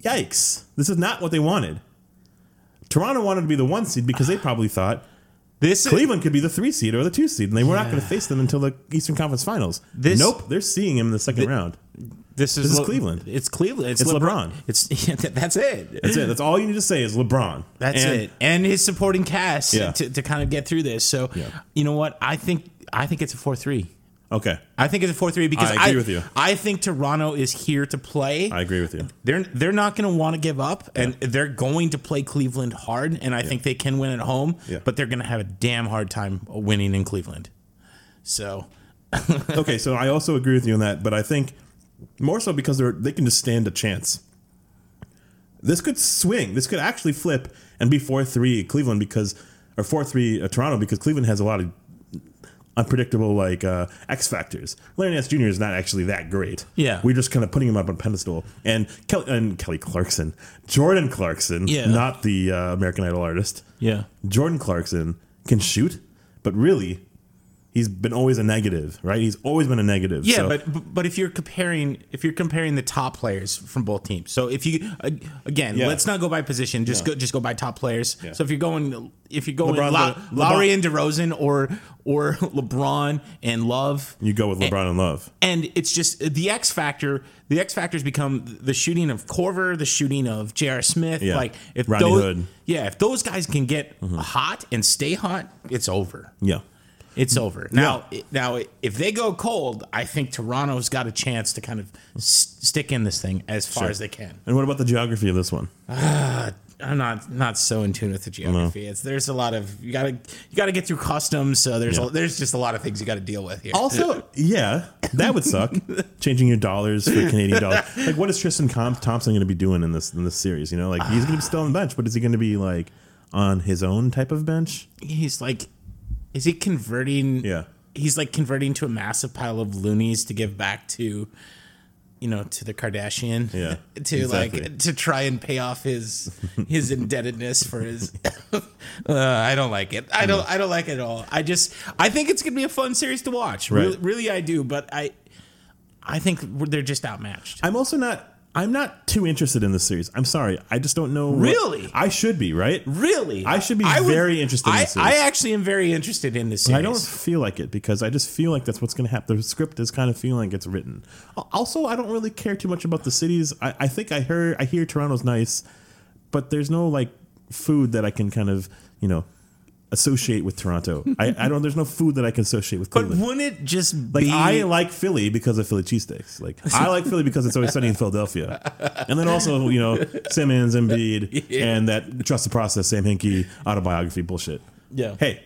Speaker 6: Yikes. This is not what they wanted. Toronto wanted to be the one seed because they probably thought
Speaker 5: This is,
Speaker 6: Cleveland could be the three seed or the two seed, and they were not going to face them until the Eastern Conference Finals.
Speaker 5: This-
Speaker 6: nope. They're seeing him in the second round.
Speaker 5: This is,
Speaker 6: This is Cleveland.
Speaker 5: It's Cleveland. It's,
Speaker 6: It's
Speaker 5: LeBron.
Speaker 6: LeBron.
Speaker 5: It's yeah, that- that's it.
Speaker 6: That's it. That's all you need to say is LeBron.
Speaker 5: That's
Speaker 6: And
Speaker 5: it. And his supporting cast
Speaker 6: Yeah.
Speaker 5: to, to kind of get through this. So
Speaker 6: Yeah.
Speaker 5: you know what? I think I think it's a four three.
Speaker 6: Okay.
Speaker 5: I think it's a four three because
Speaker 6: I agree with you.
Speaker 5: I think Toronto is here to play.
Speaker 6: I agree with you.
Speaker 5: They're they're not going to want to give up, and they're going to play Cleveland hard. And I think they can win at home,
Speaker 6: Yeah.
Speaker 5: but they're going to have a damn hard time winning in Cleveland. So
Speaker 6: okay, so I also agree with you on that, but I think more so because they're they can just stand a chance. This could swing. This could actually flip and be four three Cleveland because or four three uh, Toronto because Cleveland has a lot of unpredictable like uh, X factors. Larry Nance Jr. is not actually that great.
Speaker 5: Yeah.
Speaker 6: we're just kind of putting him up on a pedestal. And Kelly and Kelly Clarkson, Jordan Clarkson,
Speaker 5: Yeah.
Speaker 6: not the uh, American Idol artist.
Speaker 5: yeah,
Speaker 6: Jordan Clarkson can shoot, but really, he's been always a negative, right? He's always been a negative.
Speaker 5: Yeah,
Speaker 6: so-
Speaker 5: but but if you're comparing if you're comparing the top players from both teams, so if you ag- again,
Speaker 6: Yeah.
Speaker 5: let's not go by position, just go just go by top players.
Speaker 6: Yeah.
Speaker 5: So if you're going if you're going
Speaker 6: LeBron's
Speaker 5: Low-
Speaker 6: better-
Speaker 5: Lowry
Speaker 6: LeBron-
Speaker 5: and DeRozan or or LeBron and Love,
Speaker 6: you go with LeBron and Love.
Speaker 5: and it's just the X factor. The X factors become the shooting of Corver, the shooting of J.R. Smith.
Speaker 6: Yeah.
Speaker 5: Like if
Speaker 6: Rodney
Speaker 5: those,
Speaker 6: Hood. Mm-hmm.
Speaker 5: yeah, if those guys can get hot and stay hot, it's over.
Speaker 6: Yeah,
Speaker 5: It's
Speaker 6: Mm-hmm.
Speaker 5: over now. Now, if they go cold, I think Toronto's got a chance to kind of s- stick in this thing as far
Speaker 6: Sure.
Speaker 5: as they can.
Speaker 6: and what about the geography of this one?
Speaker 5: I'm not not so in tune with the geography. It's there's a lot of you gotta you gotta get through customs. So there's
Speaker 6: Yeah.
Speaker 5: a, there's just a lot of things you got to deal with here.
Speaker 6: Also, yeah, that would suck. Changing your dollars for Canadian dollars. Like, what is Tristan Com- Thompson going to be doing in this in this series? You know, like he's going to be still on the bench, but is he going to be like on his own type of bench?
Speaker 5: he's like, is he converting?
Speaker 6: Yeah.
Speaker 5: he's like converting to a massive pile of loonies to give back to, you know, to the Kardashian.
Speaker 6: Yeah,
Speaker 5: to
Speaker 6: exactly.
Speaker 5: like to try and pay off his his indebtedness for his. uh, I don't like it. I don't. I don't like it at all. I just. I think it's gonna be a fun series to watch.
Speaker 6: Right.
Speaker 5: Really, really, I do. But I, I think we're- they're just outmatched.
Speaker 6: I'm also not. I'm not too interested in this series. I'm sorry. I just don't know. what-
Speaker 5: Really?
Speaker 6: I should be right.
Speaker 5: Really,
Speaker 6: I should be
Speaker 5: would-
Speaker 6: very interested in
Speaker 5: I,
Speaker 6: this series.
Speaker 5: I actually am very interested in this
Speaker 6: But
Speaker 5: series.
Speaker 6: I don't feel like it because I just feel like that's what's going to happen. The script is kind of feeling like it's written. Al- Also, I don't really care too much about the cities. I, I think I heard I hear Toronto's nice, but there's no like food that I can kind of you know associate with Toronto. I, I don't. There's no food that I can associate with
Speaker 5: But
Speaker 6: Cleveland.
Speaker 5: wouldn't it just
Speaker 6: like
Speaker 5: be
Speaker 6: I like Philly because of Philly cheesesteaks. Like I like Philly because it's always sunny in Philadelphia, and then also you know Simmons, Embiid, and that trust the process, Sam Hinkie autobiography bullshit.
Speaker 5: Yeah.
Speaker 6: Hey,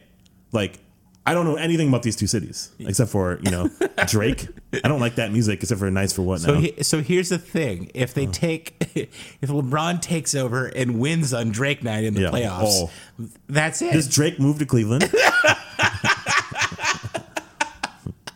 Speaker 6: like I don't know anything about these two cities except for you know Drake. I don't like that music except for Nice for What
Speaker 5: So,
Speaker 6: now.
Speaker 5: he, so here's the thing: if
Speaker 6: Uh-huh.
Speaker 5: they take, if LeBron takes over and wins on Drake night in the
Speaker 6: Yeah.
Speaker 5: playoffs,
Speaker 6: Oh.
Speaker 5: that's it.
Speaker 6: Does Drake move to Cleveland?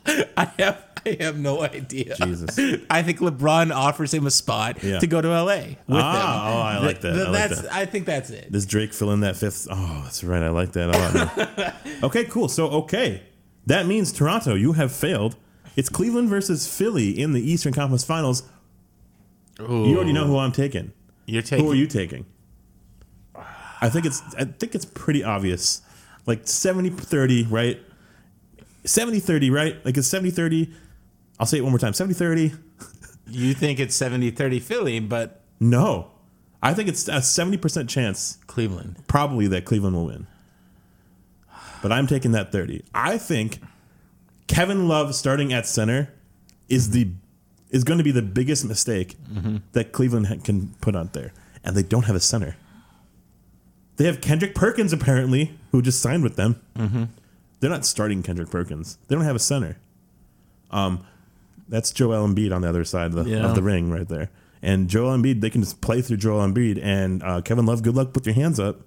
Speaker 5: I have, I have no idea.
Speaker 6: Jesus.
Speaker 5: I think LeBron offers him a spot
Speaker 6: Yeah.
Speaker 5: to go to LA with
Speaker 6: Ah,
Speaker 5: him.
Speaker 6: oh, I like that.
Speaker 5: Th-
Speaker 6: I like
Speaker 5: that's,
Speaker 6: that.
Speaker 5: I think that's it.
Speaker 6: Does Drake fill in that fifth? Oh, that's right. I like that a lot. man. okay, cool. So, okay. That means Toronto, you have failed. It's Cleveland versus Philly in the Eastern Conference Finals. You already know who I'm taking.
Speaker 5: You're taking.
Speaker 6: Who are you taking? I think it's I think it's pretty obvious. Like 70-30, right? 70-30, right? Like it's 70-30. I'll say it one more time. 70-30.
Speaker 5: you think it's 70-30 Philly, but
Speaker 6: No. I think it's a 70% chance
Speaker 5: Cleveland.
Speaker 6: probably that Cleveland will win. But I'm taking that 30. I think Kevin Love starting at center is the is going to be the biggest mistake that Cleveland ha- can put out there, and they don't have a center. They have Kendrick Perkins apparently, who just signed with them. They're not starting Kendrick Perkins. They don't have a center. Um, that's Joel Embiid on the other side of the,
Speaker 5: Yeah.
Speaker 6: of the ring right there. And Joel Embiid, they can just play through Joel Embiid and uh, Kevin Love. Good luck. Put your hands up.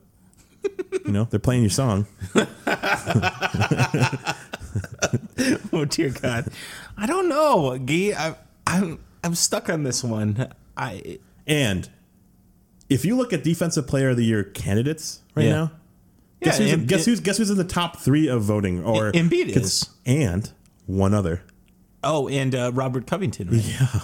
Speaker 6: you know they're playing your song.
Speaker 5: Oh dear God, I don't know, Gee, I, I'm I'm stuck on this one. I
Speaker 6: And if you look at defensive player of the year candidates right
Speaker 5: Yeah.
Speaker 6: now, guess,
Speaker 5: Yeah,
Speaker 6: who's,
Speaker 5: Em-
Speaker 6: guess who's guess who's in the top three of voting or
Speaker 5: Em- Embiid
Speaker 6: cons-
Speaker 5: is.
Speaker 6: and one other.
Speaker 5: oh, and uh, Robert Covington. Right?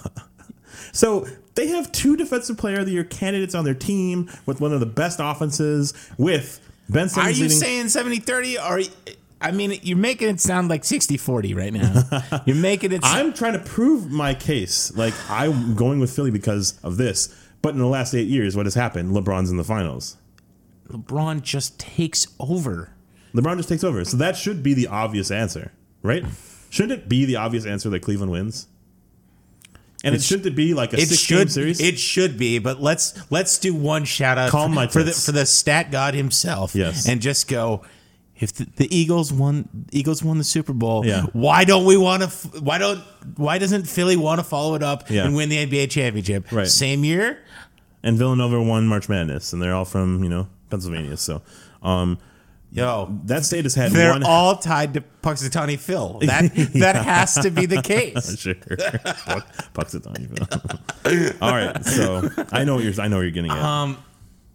Speaker 6: So they have two defensive player of the year candidates on their team with one of the best offenses with Ben Simmons.
Speaker 5: Are you
Speaker 6: leading-
Speaker 5: saying 70-30 or? I mean, you're making it sound like 60-40 right now. You're making it.
Speaker 6: I'm trying to prove my case. Like I'm going with Philly because of this. But in the last eight years, what has happened? LeBron's in the finals.
Speaker 5: LeBron just takes over.
Speaker 6: LeBron just takes over. So that should be the obvious answer, right? Shouldn't it be the obvious answer that Cleveland wins? And it shouldn't it be like a
Speaker 5: It
Speaker 6: six game
Speaker 5: should
Speaker 6: series?
Speaker 5: it should be, but let's let's do one shout out
Speaker 6: Calm
Speaker 5: for,
Speaker 6: my
Speaker 5: for the
Speaker 6: tits.
Speaker 5: for the stat god himself.
Speaker 6: Yes.
Speaker 5: and just go. If the, the Eagles won, Eagles won the Super Bowl.
Speaker 6: Yeah.
Speaker 5: Why don't we want to? Why don't? Why doesn't Philly want to follow it up
Speaker 6: Yeah.
Speaker 5: and win the NBA championship?
Speaker 6: Right.
Speaker 5: Same year.
Speaker 6: and Villanova won March Madness, and they're all from you know Pennsylvania. So um,
Speaker 5: Yo,
Speaker 6: that state has had
Speaker 5: they're
Speaker 6: one.
Speaker 5: all tied to Puxatawny Phil. That that has to be the case.
Speaker 6: sure. Puck- Pucks it on you. all right, so I know what you're. I know what you're getting at.
Speaker 5: Um,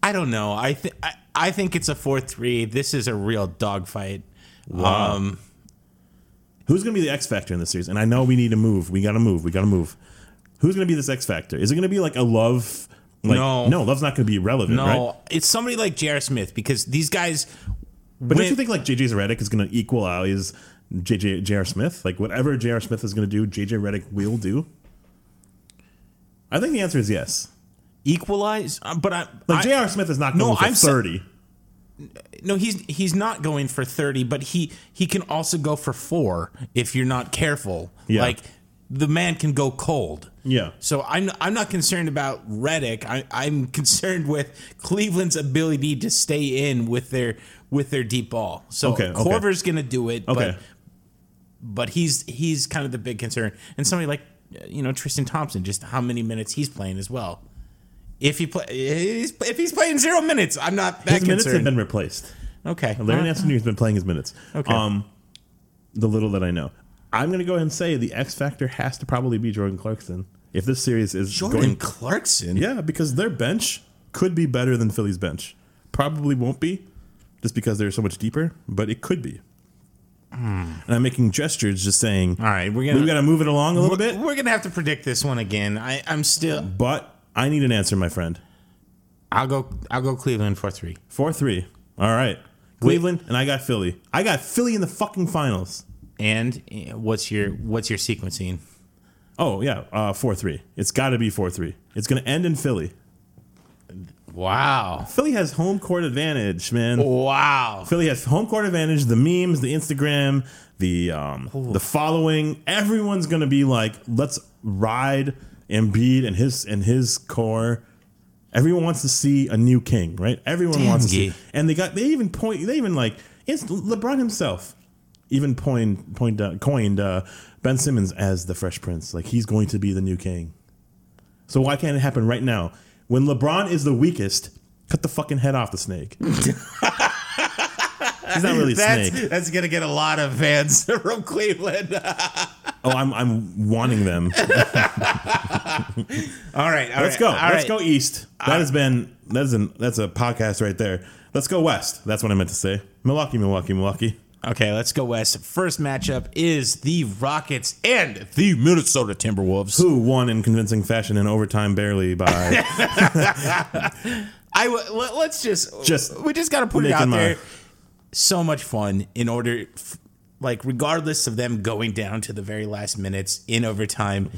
Speaker 5: I don't know. I think I think it's a four three. This is a real dogfight. Um,
Speaker 6: Wow. Who's going to be the X factor in this series? And I know we need to move. We got to move. We got to move. Who's going to be this X factor? Is it going to be like a love? Like,
Speaker 5: No.
Speaker 6: no, love's not going to be relevant,
Speaker 5: No,
Speaker 6: right?
Speaker 5: it's somebody like J.R. Smith because these guys.
Speaker 6: But
Speaker 5: win-
Speaker 6: don't you think like JJ Redick is going to equal out his JJ J.R. Smith? Like whatever J.R. Smith is going to do, JJ Redick will do. I think the answer is yes.
Speaker 5: equalize? Uh, but I,
Speaker 6: Like
Speaker 5: I-
Speaker 6: J.R. Smith is not going
Speaker 5: No,
Speaker 6: for
Speaker 5: I'm sa-
Speaker 6: thirty.
Speaker 5: no, he's he's not going for thirty, but he he can also go for four if you're not careful.
Speaker 6: Yeah.
Speaker 5: Like the man can go cold.
Speaker 6: yeah.
Speaker 5: So I'm I'm not concerned about Reddick. I, I'm concerned with Cleveland's ability to stay in with their with their deep ball. So
Speaker 6: Okay, okay.
Speaker 5: Corver's going to do it.
Speaker 6: Okay.
Speaker 5: But, but he's he's kind of the big concern. And somebody like you know Tristan Thompson, just how many minutes he's playing as well. If he play, he's, if he's playing zero minutes, I'm not that
Speaker 6: His minutes have
Speaker 5: concerned.
Speaker 6: been replaced.
Speaker 5: okay,
Speaker 6: Larry
Speaker 5: Uh,
Speaker 6: Nance Jr. has been playing his minutes.
Speaker 5: Okay.
Speaker 6: Um, the little that I know, I'm going to go ahead and say the X factor has to probably be Jordan Clarkson if this series is
Speaker 5: Jordan
Speaker 6: going.
Speaker 5: Clarkson.
Speaker 6: Yeah, because their bench could be better than Philly's bench. Probably won't be, just because they're so much deeper. But it could be. And I'm making gestures, just saying.
Speaker 5: All right, we're gonna-
Speaker 6: we've got to move it along a little bit.
Speaker 5: We're gonna have to predict this one again. I, I'm still.
Speaker 6: But I need an answer, my friend.
Speaker 5: I'll go. I'll go Cleveland four three.
Speaker 6: Four three. All right, Cleveland, and I got Philly. I got Philly in the fucking finals.
Speaker 5: And eh, what's your what's your sequencing?
Speaker 6: Oh yeah, uh, four three. It's got to be four three. It's gonna end in Philly.
Speaker 5: Wow.
Speaker 6: Philly has home court advantage, man.
Speaker 5: Oh, Wow.
Speaker 6: Philly has home court advantage. The memes, the Instagram, the um, the following. Everyone's gonna be like, let's ride Embiid and his and his core. Everyone wants to see a new king, right? Everyone wants to
Speaker 5: yeah.
Speaker 6: see, and they got they even point they even like it's LeBron himself even point point uh, coined uh, Ben Simmons as the Fresh Prince. Like he's going to be the new king. So why can't it happen right now? When LeBron is the weakest, cut the fucking head off the snake. He's not really a
Speaker 5: That's
Speaker 6: snake.
Speaker 5: that's gonna get a lot of fans from Cleveland.
Speaker 6: Oh, I'm I'm wanting them.
Speaker 5: All right. all
Speaker 6: Let's
Speaker 5: right,
Speaker 6: go.
Speaker 5: all right.
Speaker 6: Let's go east. That has been that is an that's a podcast right there. Let's go west. That's what I meant to say. Milwaukee, Milwaukee, Milwaukee.
Speaker 5: Okay, let's go west. First matchup is the Rockets and the Minnesota Timberwolves.
Speaker 6: Who won in convincing fashion in overtime barely by
Speaker 5: I w- let, let's just
Speaker 6: Just
Speaker 5: we just got to put it
Speaker 6: making
Speaker 5: out
Speaker 6: my-
Speaker 5: there. So much fun in order, f- like regardless of them going down to the very last minutes in overtime.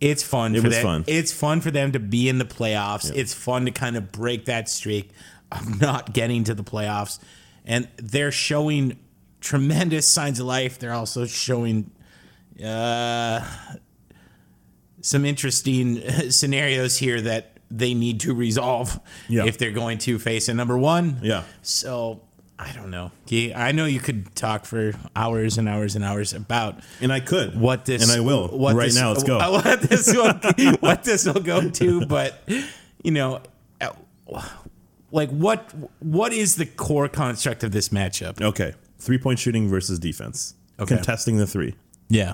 Speaker 5: It's fun. It for
Speaker 6: was
Speaker 5: them.
Speaker 6: fun.
Speaker 5: It's fun for them to be in the playoffs. It's fun to kind of break that streak of not getting to the playoffs, and they're showing tremendous signs of life. They're also showing uh, some interesting scenarios here that they need to resolve
Speaker 6: Yeah.
Speaker 5: if they're going to face a number one.
Speaker 6: Yeah.
Speaker 5: So I don't know. Gee, I know you could talk for hours and hours and hours about
Speaker 6: And I could.
Speaker 5: what this
Speaker 6: And I will.
Speaker 5: What
Speaker 6: right
Speaker 5: this-
Speaker 6: now, let's go.
Speaker 5: What this will, what this will go to, but you know, uh, like what what is the core construct of this matchup?
Speaker 6: okay. Three point shooting versus defense.
Speaker 5: Okay.
Speaker 6: Contesting the three.
Speaker 5: Yeah,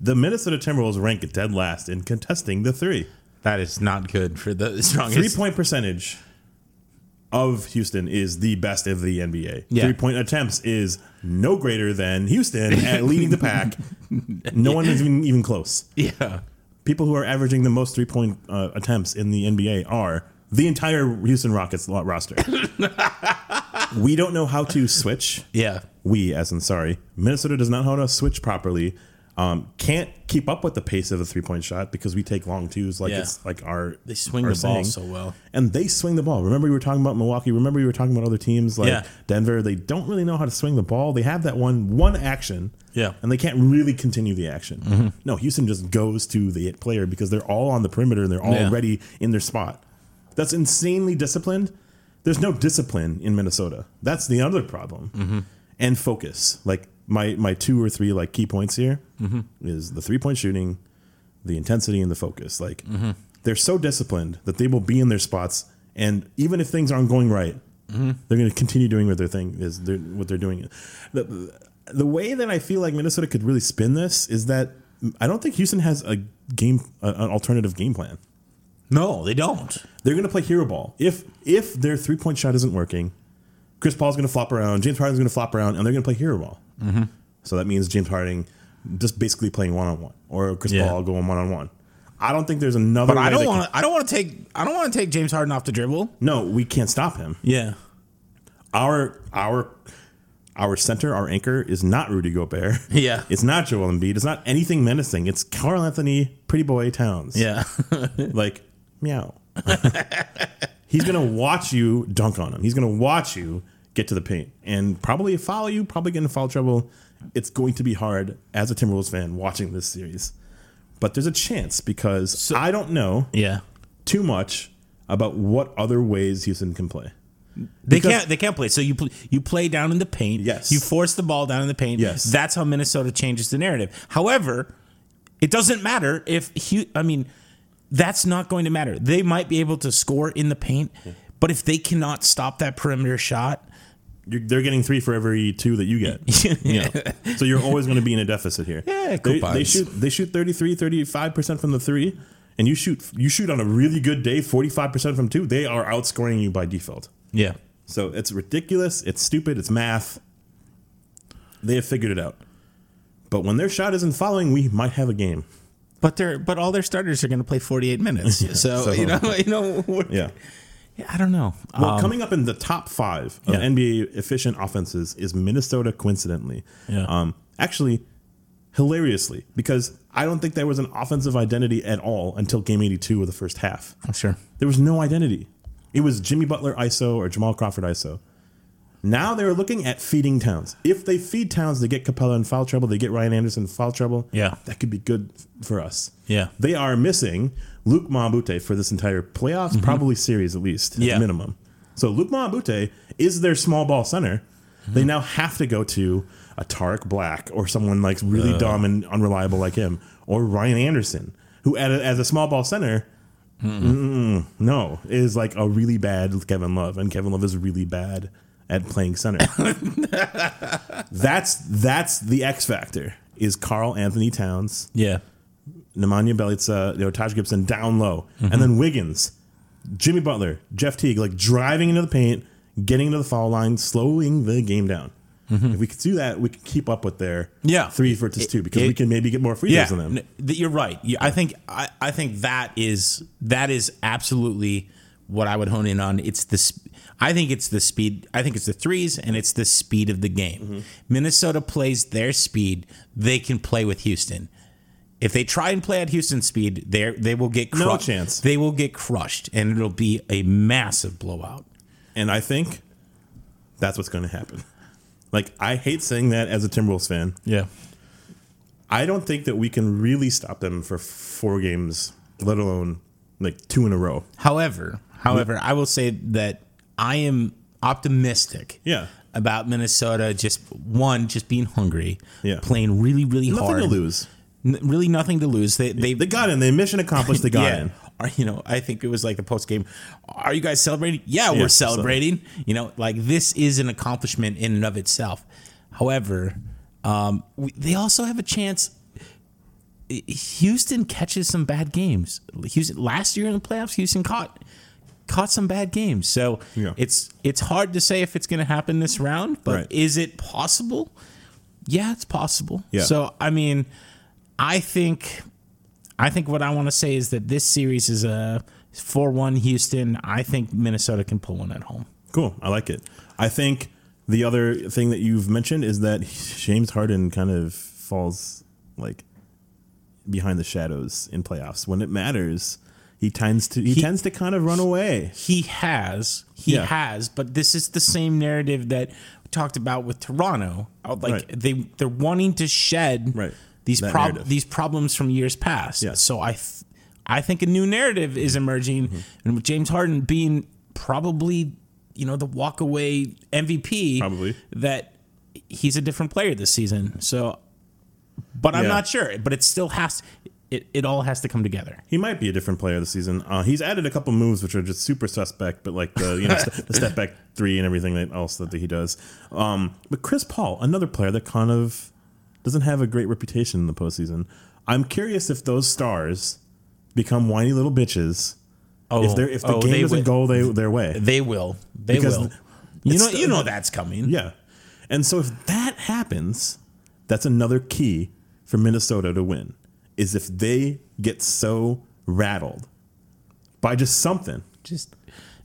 Speaker 6: The Minnesota Timberwolves rank dead last in contesting the three.
Speaker 5: that is not good for the
Speaker 6: Three
Speaker 5: strongest.
Speaker 6: point percentage of Houston is the best of the NBA.
Speaker 5: Yeah.
Speaker 6: Three point attempts is no greater than Houston at leading the pack. No one is even, even close.
Speaker 5: Yeah,
Speaker 6: People who are averaging the most three point uh, attempts in the NBA are the entire Houston Rockets lo- roster. we don't know how to switch.
Speaker 5: yeah,
Speaker 6: we, as in sorry, Minnesota does not know how to switch properly. Um, can't keep up with the pace of a three point shot because we take long twos like
Speaker 5: Yeah.
Speaker 6: it's like our
Speaker 5: They swing
Speaker 6: our
Speaker 5: the ball so well.
Speaker 6: and they swing the ball. Remember we were talking about Milwaukee. Remember we were talking about other teams like
Speaker 5: Yeah.
Speaker 6: Denver. They don't really know how to swing the ball. They have that one one action,
Speaker 5: Yeah. Mm-hmm.
Speaker 6: and they can't really continue the action. No, Houston just goes to the hit player because they're all on the perimeter and they're all
Speaker 5: Yeah.
Speaker 6: ready in their spot. That's insanely disciplined. There's no discipline in Minnesota. That's the other problem. And focus. Like my my two or three like key points here is the three point shooting, the intensity and the focus. Like they're so disciplined that they will be in their spots, and even if things aren't going right, they're going to continue doing what their thing is. They're, what they're doing. The, the way that I feel like Minnesota could really spin this is that I don't think Houston has a game, a, an alternative game plan.
Speaker 5: no, they don't.
Speaker 6: They're going to play hero ball. If if their three point shot isn't working, Chris Paul's going to flop around, James Harden's going to flop around, and they're going to play hero ball.
Speaker 5: Mm-hmm.
Speaker 6: So that means James Harden just basically playing one on one, or Chris
Speaker 5: Yeah.
Speaker 6: Paul going one on one. I don't think there's another.
Speaker 5: But
Speaker 6: way
Speaker 5: I don't
Speaker 6: they can-
Speaker 5: want to. I don't want to take. I don't want to take James Harden off the dribble.
Speaker 6: No, we can't stop him.
Speaker 5: Yeah,
Speaker 6: Our our our center, our anchor is not Rudy Gobert.
Speaker 5: Yeah.
Speaker 6: it's not Joel Embiid. It's not anything menacing. It's Carl Anthony, Pretty Boy Towns.
Speaker 5: yeah,
Speaker 6: like meow. He's gonna watch you dunk on him. He's gonna watch you get to the paint and probably follow you. Probably get into foul trouble. It's going to be hard as a Timberwolves fan watching this series, but there's a chance because I don't know
Speaker 5: yeah.
Speaker 6: too much about what other ways Houston can play.
Speaker 5: They
Speaker 6: Because-
Speaker 5: can't. They can't play. So you pl- you play down in the paint.
Speaker 6: Yes.
Speaker 5: You force the ball down in the paint.
Speaker 6: Yes.
Speaker 5: That's how Minnesota changes the narrative. However, it doesn't matter if Hu I mean, that's not going to matter. They might be able to score in the paint, but if they cannot stop that perimeter shot,
Speaker 6: You're, they're getting three for every two that you get. You know. So you're always going to be in a deficit here.
Speaker 5: Yeah,
Speaker 6: they,
Speaker 5: coupons.
Speaker 6: they shoot they shoot 33, 35% from the three, and you shoot you shoot on a really good day 45% from two. They are outscoring you by default.
Speaker 5: yeah,
Speaker 6: So it's ridiculous, it's stupid, it's math. They have figured it out. But when their shot isn't following, we might have a game.
Speaker 5: but they're but all their starters are going to play 48 minutes. so,
Speaker 6: so-
Speaker 5: you know, you know, we're-
Speaker 6: Yeah.
Speaker 5: I don't know.
Speaker 6: Well,
Speaker 5: Um,
Speaker 6: coming up in the top five of
Speaker 5: Yeah.
Speaker 6: NBA efficient offenses is Minnesota, coincidentally.
Speaker 5: Yeah.
Speaker 6: Um, actually, hilariously, because I don't think there was an offensive identity at all until game 82 of the first half.
Speaker 5: sure.
Speaker 6: There was no identity. It was Jimmy Butler ISO or Jamal Crawford ISO. Now they were looking at feeding Towns. If they feed Towns, they get Capella in foul trouble. They get Ryan Anderson in foul trouble.
Speaker 5: Yeah.
Speaker 6: That could be good for us.
Speaker 5: Yeah.
Speaker 6: They are missing Luke Mabute for this entire playoffs,
Speaker 5: Mm-hmm.
Speaker 6: probably series at least,
Speaker 5: Yeah.
Speaker 6: at minimum. So Luke Mabute is their small ball center. They now have to go to a Tarek Black or someone like really dumb and unreliable like him, or Ryan Anderson, who at a, as a small ball center, mm-mm, no, is like a really bad Kevin Love, and Kevin Love is really bad at playing center. that's that's the X factor. Is Carl Anthony Towns
Speaker 5: Yeah.
Speaker 6: Nemanja Bjelica, you know, Taj Gibson down low,
Speaker 5: Mm-hmm.
Speaker 6: and then Wiggins, Jimmy Butler, Jeff Teague, like driving into the paint, getting to the foul line, slowing the game down. If we could do that, we could keep up with their
Speaker 5: Mm-hmm. Yeah.
Speaker 6: three versus two because
Speaker 5: it-
Speaker 6: we can maybe get more free throws than them.
Speaker 5: n- th- you're right. You- I think I, I think that is that is absolutely what I would hone in on. It's the sp- I think it's the speed. I think it's the threes and it's the speed of the game.
Speaker 6: Mm-hmm.
Speaker 5: Minnesota plays their speed. They can play with Houston. If they try and play at Houston speed, they they will get
Speaker 6: No
Speaker 5: crushed.
Speaker 6: chance.
Speaker 5: They will get crushed, and it'll be a massive blowout.
Speaker 6: And I think that's what's going to happen. Like I hate saying that as a Timberwolves fan.
Speaker 5: Yeah,
Speaker 6: I don't think that we can really stop them for four games, let alone like two in a row.
Speaker 5: However, however, I will say that I am optimistic.
Speaker 6: Yeah.
Speaker 5: About Minnesota, just one, just being hungry.
Speaker 6: Yeah.
Speaker 5: Playing really, really
Speaker 6: Nothing
Speaker 5: hard.
Speaker 6: to lose.
Speaker 5: N- really, nothing to lose. They they,
Speaker 6: They got in. They mission accomplished. They got
Speaker 5: yeah.
Speaker 6: in.
Speaker 5: Are- you know, I think it was like the post game. Are you guys celebrating? Yeah,
Speaker 6: Yeah,
Speaker 5: we're
Speaker 6: so-
Speaker 5: celebrating. You know, like this is an accomplishment in and of itself. However, um, we, they also have a chance. eh, Houston catches some bad games. Houston last year in the playoffs, Houston caught caught some bad games. So
Speaker 6: Yeah.
Speaker 5: it's it's hard to say if it's going to happen this round, but
Speaker 6: Right.
Speaker 5: is it possible? Yeah, it's possible.
Speaker 6: Yeah.
Speaker 5: So I mean, I think I think what I want to say is that this series is a 4-1 Houston. I think Minnesota can pull one at home.
Speaker 6: Cool. I like it. I think the other thing that you've mentioned is that James Harden kind of falls like behind the shadows in playoffs when it matters. He tends to he,
Speaker 5: He-
Speaker 6: tends to kind of run away.
Speaker 5: he has he
Speaker 6: Yeah.
Speaker 5: has but this is the same narrative that we talked about with toronto Uh, like
Speaker 6: Right.
Speaker 5: they they're wanting to shed
Speaker 6: Right.
Speaker 5: these
Speaker 6: That
Speaker 5: prob-
Speaker 6: narrative.
Speaker 5: these problems from years past
Speaker 6: Yeah.
Speaker 5: so i th- i think a new narrative is emerging
Speaker 6: Mm-hmm.
Speaker 5: and with james harden being probably you know the walk away mvp
Speaker 6: Probably.
Speaker 5: that he's a different player this season so but i'm
Speaker 6: Yeah.
Speaker 5: not sure but it still has it, it all has to come together
Speaker 6: He might be a different player this season. Uh, he's added a couple moves which are just super suspect, but like the you know st- the step back three and everything that else that he does. Um, but Chris Paul, another player that kind of doesn't have a great reputation in the postseason. I'm curious if those stars become whiny little bitches
Speaker 5: oh
Speaker 6: if, they're, if the
Speaker 5: oh,
Speaker 6: game
Speaker 5: they
Speaker 6: doesn't
Speaker 5: wi-
Speaker 6: go they, their way.
Speaker 5: They will. They
Speaker 6: Because
Speaker 5: will.
Speaker 6: th-
Speaker 5: You know,
Speaker 6: it's-
Speaker 5: you know that's coming.
Speaker 6: Yeah. And so if that happens, that's another key for Minnesota to win is if they get so rattled by just something.
Speaker 5: Just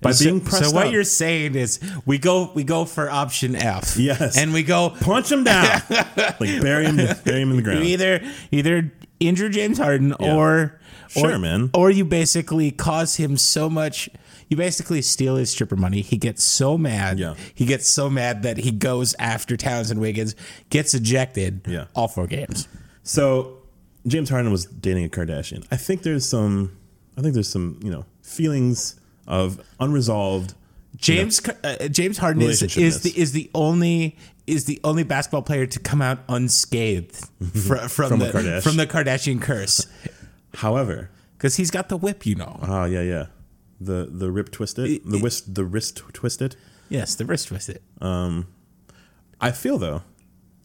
Speaker 6: By
Speaker 5: so,
Speaker 6: being pressed
Speaker 5: So what
Speaker 6: up.
Speaker 5: you're saying is we go we go for option F.
Speaker 6: Yes.
Speaker 5: And we go
Speaker 6: Punch him down. like bury him bury him in the
Speaker 5: you
Speaker 6: ground.
Speaker 5: either either injure James Harden
Speaker 6: Yeah.
Speaker 5: or
Speaker 6: Sure,
Speaker 5: or,
Speaker 6: man.
Speaker 5: Or you basically cause him so much you basically steal his stripper money. He gets so mad.
Speaker 6: Yeah.
Speaker 5: He gets so mad that he goes after Townsend Wiggins, gets ejected
Speaker 6: Yeah.
Speaker 5: all four games.
Speaker 6: So James Harden was dating a Kardashian. I think there's some I think there's some, you know, feelings of unresolved
Speaker 5: James uh, James Harden is
Speaker 6: Relationship
Speaker 5: is the
Speaker 6: is.
Speaker 5: is the only is the only basketball player to come out unscathed fr- from
Speaker 6: Mm-hmm. From a
Speaker 5: the
Speaker 6: Kardash.
Speaker 5: from the Kardashian curse
Speaker 6: however.
Speaker 5: because he's got the whip, you know.
Speaker 6: Oh yeah, yeah. The the rip twisted, the wrist the wrist twisted.
Speaker 5: Yes, the wrist was it.
Speaker 6: I feel though,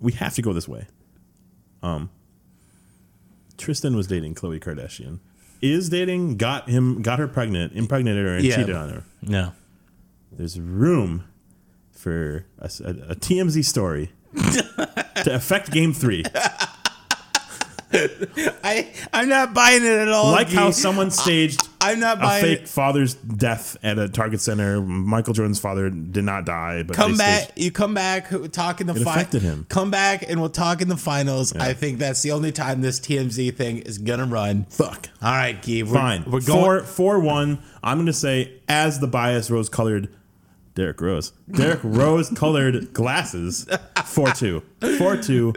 Speaker 6: we have to go this way. Um, Tristan was dating Khloe Kardashian, is dating, got him, got her pregnant, impregnated her, and
Speaker 5: Yeah.
Speaker 6: cheated on her.
Speaker 5: No,
Speaker 6: There's room for a, s- a- a TMZ story to affect Game Three,
Speaker 5: I I'm not buying it at all.
Speaker 6: like how
Speaker 5: Gee.
Speaker 6: someone staged.
Speaker 5: I'm not
Speaker 6: a
Speaker 5: buying
Speaker 6: fake
Speaker 5: it.
Speaker 6: father's death at a Target center. Michael Jordan's father did not die, but
Speaker 5: Come
Speaker 6: they
Speaker 5: back,
Speaker 6: staged-
Speaker 5: you come back. uh, Talk in the
Speaker 6: It
Speaker 5: fi-
Speaker 6: affected him.
Speaker 5: Come back, and we'll talk in the finals. I think that's the only time this TMZ thing is gonna run.
Speaker 6: Fuck.
Speaker 5: All right, Gee, we're,
Speaker 6: Fine.
Speaker 5: We're going.
Speaker 6: four, four one. I'm going to say as the bias rose colored Derek Rose. Derek Rose colored glasses. Four two. Four two.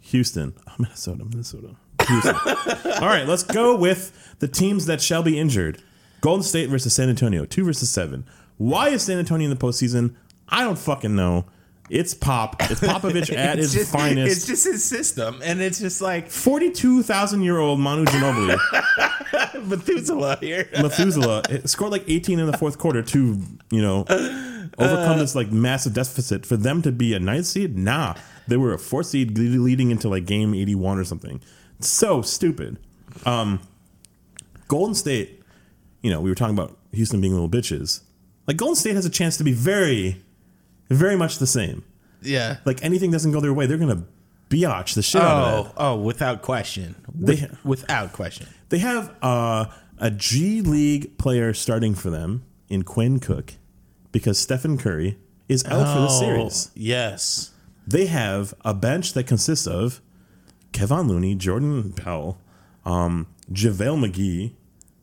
Speaker 6: Houston. Oh, Minnesota. Minnesota. Houston. All right, let's go with the teams that shall be injured. Golden State versus San Antonio. Two versus seven. Why is San Antonio in the postseason? I don't fucking know. It's Pop. It's Popovich at his
Speaker 5: just,
Speaker 6: finest.
Speaker 5: It's just his system, and it's just like
Speaker 6: 42,000 year old Manu Ginobili.
Speaker 5: Methuselah here.
Speaker 6: Methuselah it scored like 18 in the fourth quarter to, you know, overcome this like massive deficit. For them to be a ninth seed, nah, they were a four seed le- leading into like game 81 or something. So stupid. Um, Golden State, you know, we were talking about Houston being little bitches. Like Golden State has a chance to be very, very much the same.
Speaker 5: Yeah.
Speaker 6: Like anything doesn't go their way, they're gonna biatch the shit out of that.
Speaker 5: Oh, oh, without question. With-
Speaker 6: They-
Speaker 5: without question.
Speaker 6: They have uh, a G League player starting for them in Quinn Cook because Stephen Curry is out for the
Speaker 5: Oh.
Speaker 6: series.
Speaker 5: Yes.
Speaker 6: They have a bench that consists of Kevin Looney, Jordan Powell, um, JaVale McGee,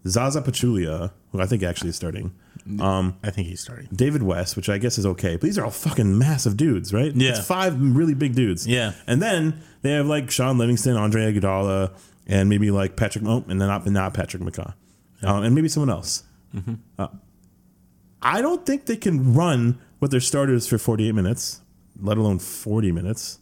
Speaker 6: Zaza Pachulia, who I think actually is starting,
Speaker 5: I think he's starting.
Speaker 6: David West, which I guess is okay, but these are all fucking massive dudes, right?
Speaker 5: Yeah.
Speaker 6: It's five really big dudes.
Speaker 5: Yeah.
Speaker 6: And then they have like Sean Livingston, Andre Iguodala, and maybe like Patrick, oh, and then not, not Patrick McCaw, um, and maybe someone else. Uh, I don't think they can run with their starters for 48 minutes, let alone 40 minutes,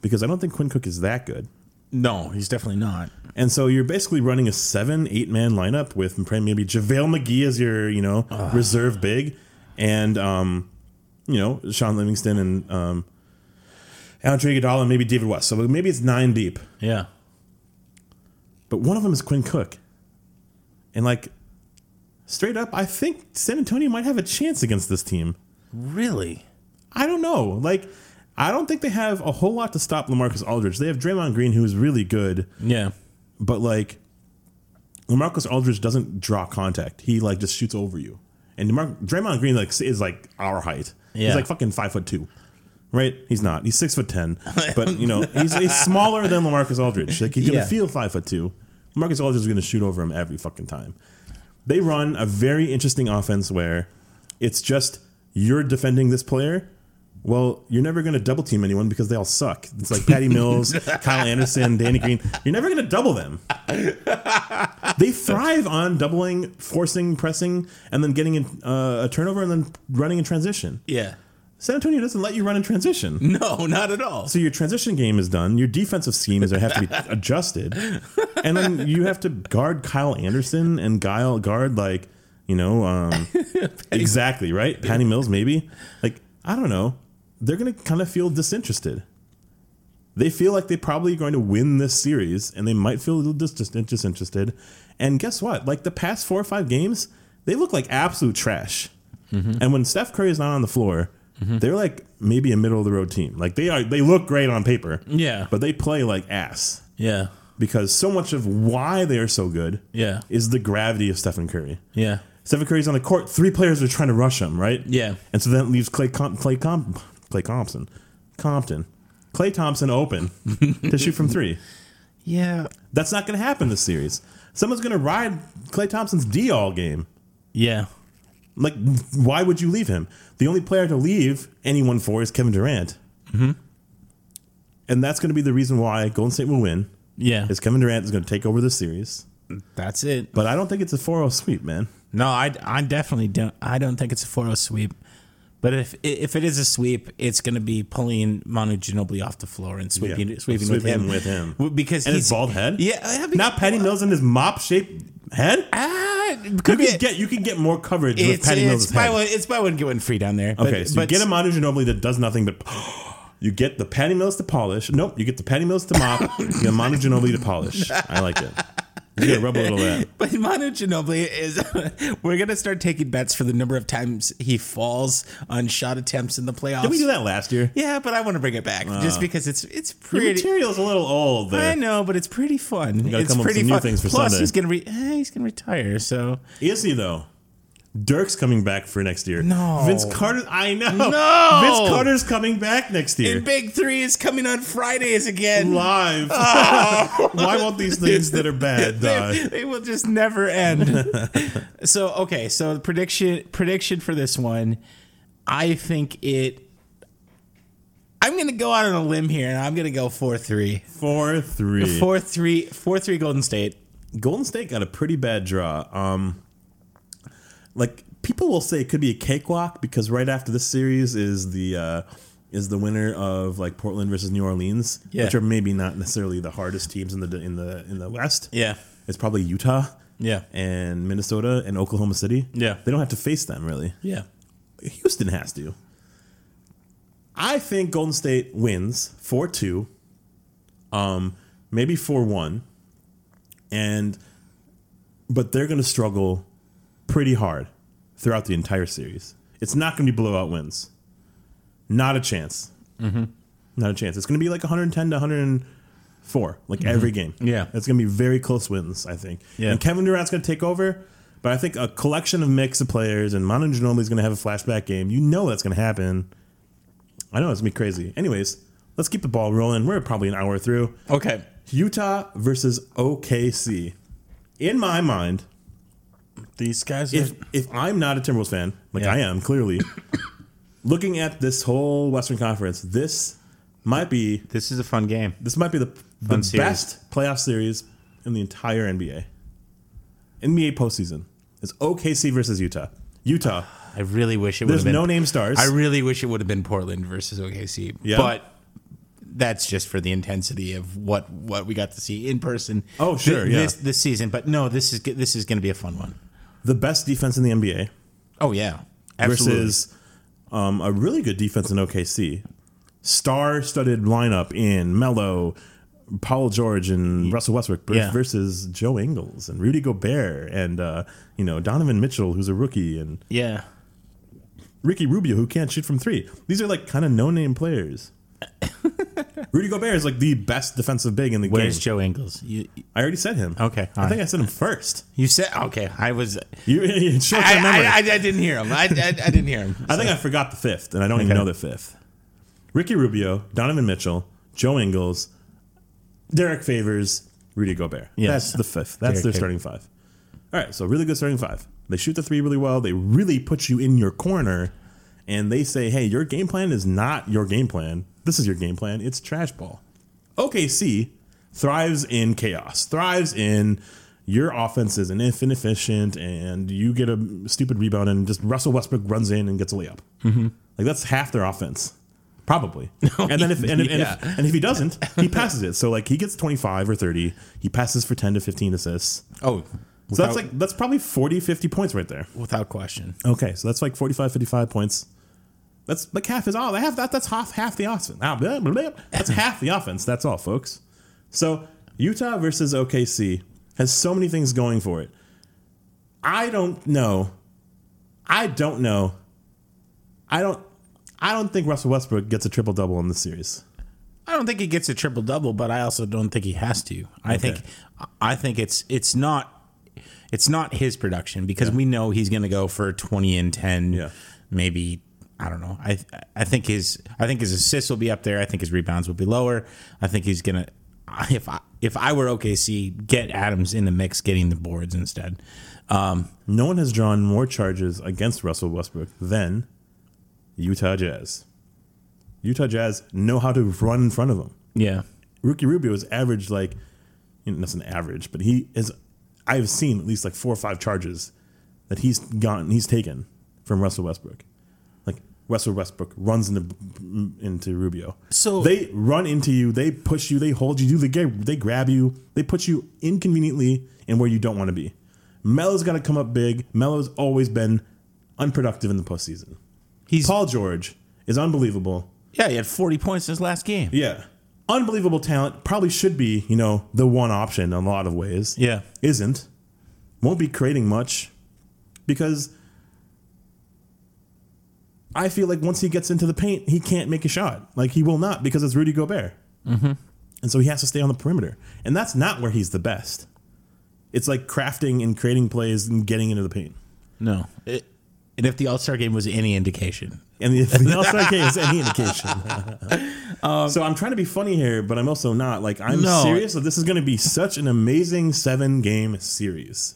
Speaker 6: because I don't think Quinn Cook is that good.
Speaker 5: No, he's definitely not.
Speaker 6: And so you're basically running a seven, eight man lineup with maybe JaVale McGee as your, you know, reserve big and, um, you know, Sean Livingston and um, Andre Iguodala and maybe David West. So maybe it's nine deep,
Speaker 5: Yeah.
Speaker 6: but one of them is Quinn Cook. And like, straight up, I think San Antonio might have a chance against this team.
Speaker 5: Really?
Speaker 6: I don't know. Like, I don't think they have a whole lot to stop Lamarcus Aldridge. They have Draymond Green, who is really good.
Speaker 5: Yeah.
Speaker 6: but like Lamarcus Aldridge doesn't draw contact. He like just shoots over you. And DeMar- Draymond Green like is like our height.
Speaker 5: Yeah.
Speaker 6: He's like fucking five foot two. Right? He's not. He's six foot ten. But you know, he's, he's smaller than Lamarcus Aldridge. Like he's gonna
Speaker 5: Yeah.
Speaker 6: feel five foot two. Lamarcus Aldridge is gonna shoot over him every fucking time. They run a very interesting offense where it's just you're defending this player. Well, you're never going to double team anyone because they all suck. It's like Patty Mills, Kyle Anderson, Danny Green. You're never going to double them. They thrive on doubling, forcing, pressing, and then getting in, uh, a turnover and then running in transition.
Speaker 5: Yeah.
Speaker 6: San Antonio doesn't let you run in transition.
Speaker 5: No, not at all.
Speaker 6: So your transition game is done. Your defensive schemes are, have to be adjusted, and then you have to guard Kyle Anderson and guile guard like you know um, exactly right. Patty Mills maybe like I don't know. They're gonna kind of feel disinterested. They feel like they probably are going to win this series, and they might feel a little dis- dis- disinterested. And guess what? Like the past four or five games, they look like absolute trash.
Speaker 5: Mm-hmm.
Speaker 6: And when Steph Curry is not on the floor, they're like maybe a middle of the road team. Like they are, they look great on paper.
Speaker 5: Yeah.
Speaker 6: but they play like ass
Speaker 5: yeah.
Speaker 6: because so much of why they are so good,
Speaker 5: Yeah.
Speaker 6: is the gravity of Stephen Curry.
Speaker 5: Yeah.
Speaker 6: Stephen Curry's on the court. Three players are trying to rush him, right?
Speaker 5: Yeah.
Speaker 6: And so that leaves Clay Com- Clay Com- Clay Thompson, Compton, Clay Thompson open to shoot from three.
Speaker 5: Yeah.
Speaker 6: That's not going to happen this series. Someone's going to ride Clay Thompson's D all game.
Speaker 5: Yeah.
Speaker 6: Like, why would you leave him? The only player to leave anyone for is Kevin Durant. And that's going to be the reason why Golden State will win.
Speaker 5: Yeah.
Speaker 6: Is Kevin Durant is going to take over this series.
Speaker 5: That's it.
Speaker 6: But I don't think it's a 4 0 sweep, man.
Speaker 5: No, I, I definitely don't. I don't think it's a 4 0 sweep. But if if it is a sweep, it's going to be pulling Manu Ginobili off the floor and sweeping
Speaker 6: Yeah.
Speaker 5: sweeping, with
Speaker 6: Sweeping
Speaker 5: him
Speaker 6: with him.
Speaker 5: W- because
Speaker 6: And
Speaker 5: he's
Speaker 6: his bald head?
Speaker 5: Yeah, I mean,
Speaker 6: Not Patty Mills and his mop shaped head?
Speaker 5: Ah,
Speaker 6: You
Speaker 5: could be.
Speaker 6: can, get, you can get more coverage with
Speaker 5: it's,
Speaker 6: Patty
Speaker 5: it's,
Speaker 6: Mills'
Speaker 5: by
Speaker 6: head.
Speaker 5: one, it's by one get one free down there.
Speaker 6: Okay, so you get a Manu Ginobili that does nothing but you get the Patty Mills to polish. Nope, you get the Patty Mills to mop. you get Manu Ginobili to polish. I like it. You gotta rub a little of that.
Speaker 5: But Manu Ginobili is. we're gonna start taking bets for the number of times he falls on shot attempts in the playoffs.
Speaker 6: Did we do that Ah. last year?
Speaker 5: Yeah, but I want to bring it back just because it's it's
Speaker 6: Your
Speaker 5: pretty.
Speaker 6: material's a little old there.
Speaker 5: I know, but it's pretty fun.
Speaker 6: gotta
Speaker 5: It's
Speaker 6: come up with
Speaker 5: pretty
Speaker 6: some new
Speaker 5: fun.
Speaker 6: things for
Speaker 5: Plus,
Speaker 6: Sunday.
Speaker 5: he's gonna re- eh, he's gonna retire. So
Speaker 6: Is he E though? Dirk's coming back for next year.
Speaker 5: No.
Speaker 6: Vince Carter. I know.
Speaker 5: No.
Speaker 6: Vince Carter's coming back next year.
Speaker 5: and Big Three is coming on Fridays again.
Speaker 6: Live.
Speaker 5: Oh.
Speaker 6: Why won't these things that are bad die?
Speaker 5: They, they will just never end. so okay, so prediction prediction for this one, I think it. I'm gonna go out on a limb here, and I'm gonna go four three.
Speaker 6: Four three.
Speaker 5: Four three four three Golden State.
Speaker 6: Golden State got a pretty bad draw. Um, like people will say it could be a cakewalk because right after this series is the uh, is the winner of like Portland versus New Orleans,
Speaker 5: Yeah.
Speaker 6: which are maybe not necessarily the hardest teams in the in the in the West.
Speaker 5: Yeah.
Speaker 6: It's probably Utah,
Speaker 5: Yeah.
Speaker 6: and Minnesota and Oklahoma City.
Speaker 5: Yeah.
Speaker 6: they don't have to face them really.
Speaker 5: Yeah.
Speaker 6: Houston has to. I think Golden State wins 4 2, um, maybe 4 1. And, but they're going to struggle pretty hard throughout the entire series. It's not going to be blowout wins. Not a chance. Not a chance. It's going to be like 110 to 104, like every game.
Speaker 5: Yeah.
Speaker 6: It's going to be very close wins, I think.
Speaker 5: Yeah.
Speaker 6: And Kevin Durant's going to take over, but I think a collection of mix of players and Manu Ginobili's going to have a flashback game. You know that's going to happen. I know it's going to be crazy. Anyways, let's keep the ball rolling. We're probably an hour through.
Speaker 5: Okay.
Speaker 6: Utah versus OKC. In my mind,
Speaker 5: These guys are
Speaker 6: if if I'm not a Timberwolves fan, like
Speaker 5: Yeah.
Speaker 6: I am clearly, looking at this whole Western Conference, this might be
Speaker 5: this is a fun game.
Speaker 6: this might be the, the
Speaker 5: Fun
Speaker 6: best
Speaker 5: series.
Speaker 6: playoff series in the entire NBA. NBA postseason. It's OKC versus Utah. Utah.
Speaker 5: I really wish it would
Speaker 6: There's
Speaker 5: have been
Speaker 6: no name stars.
Speaker 5: I really wish it would have been Portland versus OKC.
Speaker 6: Yeah.
Speaker 5: But that's just for the intensity of what what we got to see in person.
Speaker 6: Oh,
Speaker 5: thi-
Speaker 6: sure, yeah.
Speaker 5: This, this season, but no, this is g- this is going to be a fun one.
Speaker 6: the best defense in the NBA
Speaker 5: Oh yeah, absolutely.
Speaker 6: versus um, a really good defense in OKC. Star-studded lineup in Melo, Paul George, and Russell Westbrook ver-
Speaker 5: Yeah.
Speaker 6: versus Joe Ingles and Rudy Gobert and uh, you know Donovan Mitchell, who's a rookie, and
Speaker 5: yeah.
Speaker 6: Ricky Rubio, who can't shoot from three. These are like kind of no-name players. Rudy Gobert is like the best defensive big in the
Speaker 5: Where's
Speaker 6: game.
Speaker 5: Joe Ingles? You
Speaker 6: I already said him.
Speaker 5: Okay,
Speaker 6: I
Speaker 5: all
Speaker 6: think
Speaker 5: right.
Speaker 6: I said him first.
Speaker 5: you said okay. I was.
Speaker 6: You, you
Speaker 5: I,
Speaker 6: short term memory.
Speaker 5: I, I, I didn't hear him. I, I, I didn't hear him.
Speaker 6: I think I forgot the fifth, and I don't even
Speaker 5: Okay.
Speaker 6: know the fifth. Ricky Rubio, Donovan Mitchell, Joe Ingles, Derek Favors, Rudy Gobert.
Speaker 5: Yes.
Speaker 6: That's the fifth.
Speaker 5: Derek
Speaker 6: That's their
Speaker 5: Favors.
Speaker 6: starting five. All right, so really good starting five. They shoot the three really well. They really put you in your corner, and they say, "Hey, your game plan is not your game plan. This is your game plan. It's trash ball." OKC thrives in chaos. Thrives in your offense is inef- inefficient, and you get a stupid rebound, and just Russell Westbrook runs in and gets a layup. Like that's half their offense, probably. and then if and, if, and,
Speaker 5: yeah.
Speaker 6: if, and if he doesn't, he passes it. So like he gets twenty five or thirty. He passes for ten to fifteen assists.
Speaker 5: Oh,
Speaker 6: So that's like that's probably 40, 50 points right there.
Speaker 5: without question.
Speaker 6: Okay, so that's like 45, 55 points. That's like half is all. They have that. That's half half the offense. Ah, blah, blah, blah. That's half the offense. That's all, folks. So Utah versus OKC has so many things going for it. I don't know. I don't know. I don't. I don't think Russell Westbrook gets a triple double in this series.
Speaker 5: I don't think he gets a triple double, but I also don't think he has to. I think I think it's it's not it's not his production because we know he's going to go for 20 and 10
Speaker 6: Yeah.
Speaker 5: maybe I don't know. I I think his I think his assists will be up there. I think his rebounds will be lower. I think he's going to if I if I were OKC, get Adams in the mix getting the boards instead. Um,
Speaker 6: No one has drawn more charges against Russell Westbrook than Utah Jazz. Utah Jazz know how to run in front of him.
Speaker 5: yeah.
Speaker 6: Rookie Rubio has averaged like, you know, that's an average, but he is. I've seen at least like four or five charges that he's gotten, he's taken from Russell Westbrook. Like Russell Westbrook runs into into Rubio.
Speaker 5: So-
Speaker 6: they run into you, they push you, they hold you, they get, they grab you, they put you inconveniently in where you don't want to be. Melo's got to come up big. Melo's always been unproductive in the postseason.
Speaker 5: He's
Speaker 6: Paul George is unbelievable.
Speaker 5: yeah, he had 40 points in his last game.
Speaker 6: Yeah. Unbelievable talent. Probably should be, you know, the one option in a lot of ways.
Speaker 5: Yeah.
Speaker 6: Isn't. Won't be creating much because I feel like once he gets into the paint, he can't make a shot. Like he will not because it's Rudy Gobert. Mm-hmm. And so he has to stay on the perimeter. And that's not where he's the best. It's like crafting and creating plays and getting into the paint.
Speaker 5: No. It, and if the All-Star game was any indication,
Speaker 6: And if the All-Star game is any indication. Um, so I'm trying to be funny here, but I'm also not. Like I'm
Speaker 5: No.
Speaker 6: serious that this is going to be such an amazing seven-game series,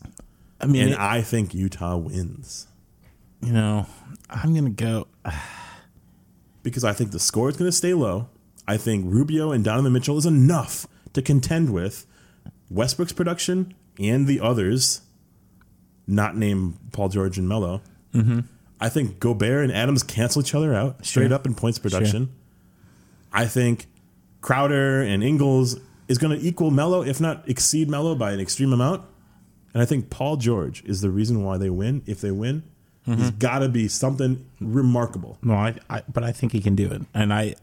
Speaker 5: I mean,
Speaker 6: and
Speaker 5: it-
Speaker 6: I think Utah wins
Speaker 5: you know, I'm gonna go.
Speaker 6: because I think the score is going to stay low. I think Rubio and Donovan Mitchell is enough to contend with Westbrook's production and the others, not named Paul George and Melo. I think Gobert and Adams cancel each other out straight up in points production. I think Crowder and Ingles is going to equal Melo, if not exceed Melo by an extreme amount. And I think Paul George is the reason why they win. If they win, he's got to be something remarkable.
Speaker 5: No, I, I. But I think he can do it. And I,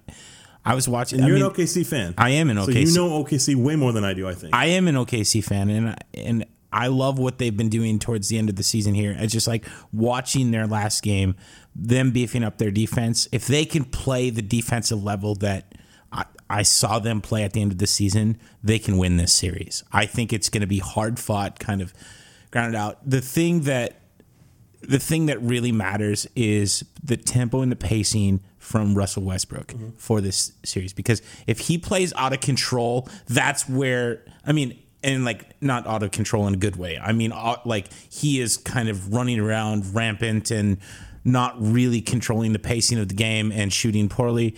Speaker 5: I was watching. I,
Speaker 6: You're
Speaker 5: mean,
Speaker 6: an OKC fan.
Speaker 5: I am an
Speaker 6: so
Speaker 5: OKC.
Speaker 6: you know OKC way more than I do. I think.
Speaker 5: I am an OKC fan, and I, and I love what they've been doing towards the end of the season here. It's just like watching their last game, them beefing up their defense. If they can play the defensive level that. I- I saw them play at the end of the season. They can win this series. I think it's going to be hard fought, kind of grounded out. The thing that the thing that really matters is the tempo and the pacing from Russell Westbrook for this series because if he plays out of control, that's where I mean and like not out of control in a good way. I mean, au- like he is kind of running around rampant and not really controlling the pacing of the game and shooting poorly.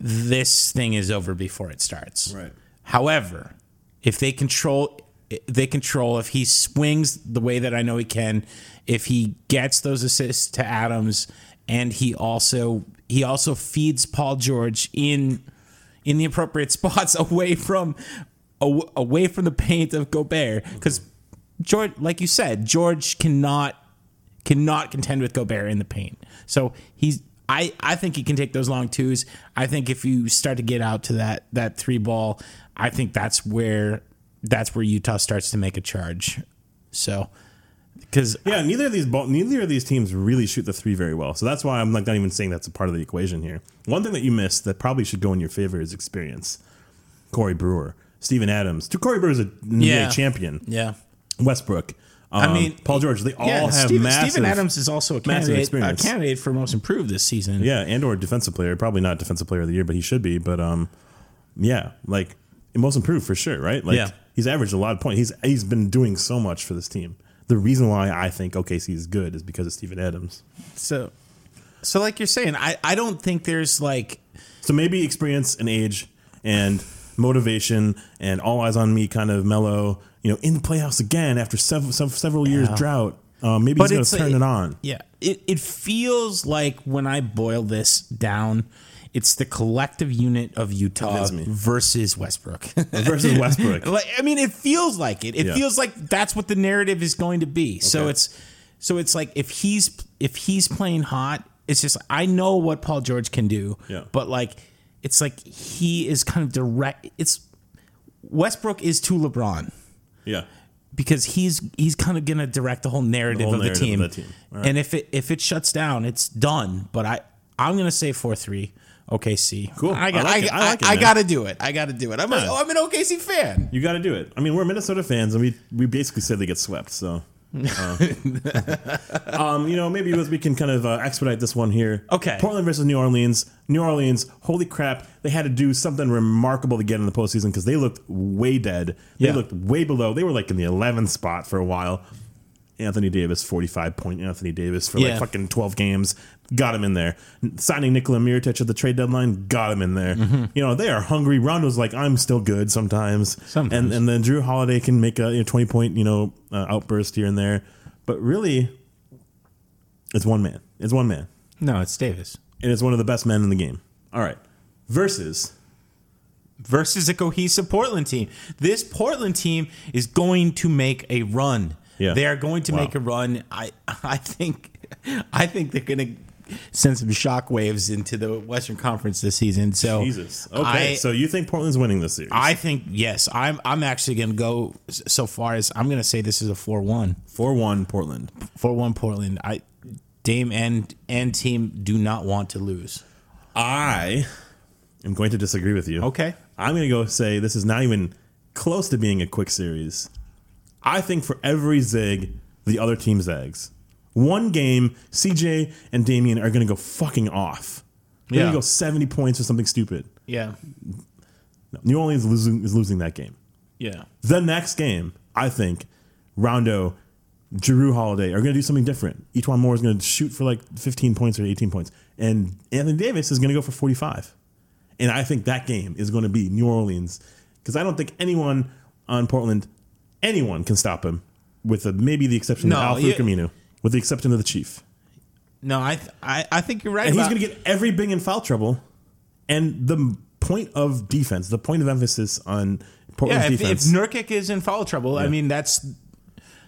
Speaker 5: This thing is over before it starts.
Speaker 7: Right.
Speaker 5: However, if they control, they control if he swings the way that I know he can, if he gets those assists to Adams, and he also he also feeds Paul George in in the appropriate spots away from aw- away from the paint of Gobert because George, like you said, George cannot cannot contend with Gobert in the paint. So he's I, I think he can take those long twos. I think if you start to get out to that that three ball, I think that's where that's where Utah starts to make a charge. So because
Speaker 6: Yeah, neither of these ball, neither of these teams really shoot the three very well. So that's why I'm like not even saying that's a part of the equation here. One thing that you missed that probably should go in your favor is experience. Corey Brewer, Steven Adams. Corey Brewer's a NBA
Speaker 5: Yeah.
Speaker 6: champion.
Speaker 5: yeah,
Speaker 6: Westbrook. Um,
Speaker 5: mean,
Speaker 6: Paul George. They all
Speaker 5: yeah,
Speaker 6: have
Speaker 5: Steven,
Speaker 6: massive.
Speaker 5: Steven Adams is also a
Speaker 6: massive
Speaker 5: candidate, a
Speaker 6: experience.
Speaker 5: candidate for most improved this season.
Speaker 6: Yeah, and or defensive player. Probably not defensive player of the year, but he should be. But um, yeah, like most improved for sure, right? Like
Speaker 5: Yeah.
Speaker 6: he's averaged a lot of points. He's he's been doing so much for this team. The reason why I think OKC is good is because of Steven Adams.
Speaker 5: So so like you're saying, I I don't think there's like
Speaker 6: So maybe experience and age and motivation and all eyes on me kind of mellow, you know, in the playoffs again after several several years drought. Um, maybe he's
Speaker 5: it's-
Speaker 6: going to turn it on.
Speaker 5: Yeah. It, it feels like when I boil this down, it's the collective unit of Utah
Speaker 6: Convince me.
Speaker 5: versus Westbrook.
Speaker 6: Versus Westbrook.
Speaker 5: like I mean, it feels like it. It
Speaker 6: Yeah.
Speaker 5: feels like that's what the narrative is going to be. So
Speaker 6: Okay.
Speaker 5: it's so it's like if he's if he's playing hot, it's just I know what Paul George can do.
Speaker 6: Yeah.
Speaker 5: But like it's like he is kind of direct it's Westbrook is to LeBron
Speaker 6: yeah.
Speaker 5: because he's he's kind of going to direct the whole narrative,
Speaker 6: whole
Speaker 5: of,
Speaker 6: narrative
Speaker 5: the
Speaker 6: of
Speaker 5: team.
Speaker 6: the team. All right.
Speaker 5: And if it if it shuts down, it's done. But I I'm going to say four three. OKC.
Speaker 6: Cool.
Speaker 5: I, got-
Speaker 6: I like it.
Speaker 5: I,
Speaker 6: I like it, man.
Speaker 5: got to do it. I got to do it. I'm, a,
Speaker 6: Yeah.
Speaker 5: oh, I'm an OKC fan.
Speaker 6: You got to do it. I mean, we're Minnesota fans, and we we basically said they get swept. So, uh, um, you know, maybe as we can kind of uh, expedite this one here.
Speaker 5: Okay.
Speaker 6: Portland versus New Orleans. New Orleans. Holy crap! They had to do something remarkable to get in the postseason because they looked way dead. They
Speaker 5: Yeah.
Speaker 6: looked way below. They were like in the 11th spot for a while. Anthony Davis, 45 point Anthony Davis for
Speaker 5: Yeah.
Speaker 6: like fucking 12 games. Got him in there. Signing Nikola Mirotic at the trade deadline, got him in there.
Speaker 5: Mm-hmm.
Speaker 6: You know, they are hungry. Rondo's like, I'm still good sometimes.
Speaker 5: Sometimes.
Speaker 6: And, and then Drew Holiday can make a you know, 20 point, you know, uh, outburst here and there. But really, it's one man. It's one man.
Speaker 5: No, it's Davis
Speaker 6: And it's one of the best men in the game. All right. Versus
Speaker 5: versus a cohesive Portland team. This Portland team is going to make a run.
Speaker 6: Yeah.
Speaker 5: They are going to
Speaker 6: Wow.
Speaker 5: make a run. I I think I think they're going to send some shockwaves into the Western Conference this season. So
Speaker 6: Jesus. Okay.
Speaker 5: I-
Speaker 6: so you think Portland's winning this series?
Speaker 5: I think yes. I'm I'm actually going to go s- so far as I'm going to say this is a 4-1.
Speaker 6: 4 1 Portland.
Speaker 5: 4-1 Portland. I Dame and and team do not want to lose.
Speaker 6: I am going to disagree with you.
Speaker 5: Okay.
Speaker 6: I'm going to go say this is not even close to being a quick series. I think for every zig, the other team zags. One game, CJ and Damian are going to go fucking off. They're
Speaker 5: Yeah.
Speaker 6: going to go 70 points or something stupid.
Speaker 5: Yeah.
Speaker 6: No, New Orleans losing, is losing that game.
Speaker 5: Yeah.
Speaker 6: The next game, I think, Rondo, Giroux Holiday are going to do something different. Etwan Moore is going to shoot for like 15 points or 18 points. And Anthony Davis is going to go for 45. And I think that game is going to be New Orleans because I don't think anyone on Portland, anyone can stop him with the maybe the exception
Speaker 5: No,
Speaker 6: of Alfred
Speaker 5: you-
Speaker 6: Camino, with the exception of the Chief.
Speaker 5: No, I th- I, I think you're right.
Speaker 6: And he's
Speaker 5: about-
Speaker 6: going to get every big in foul trouble. And the point of defense, the point of emphasis on Portland's
Speaker 5: Yeah, if, if
Speaker 6: defense.
Speaker 5: Nurkic is in foul trouble, I
Speaker 6: Yeah.
Speaker 5: mean that's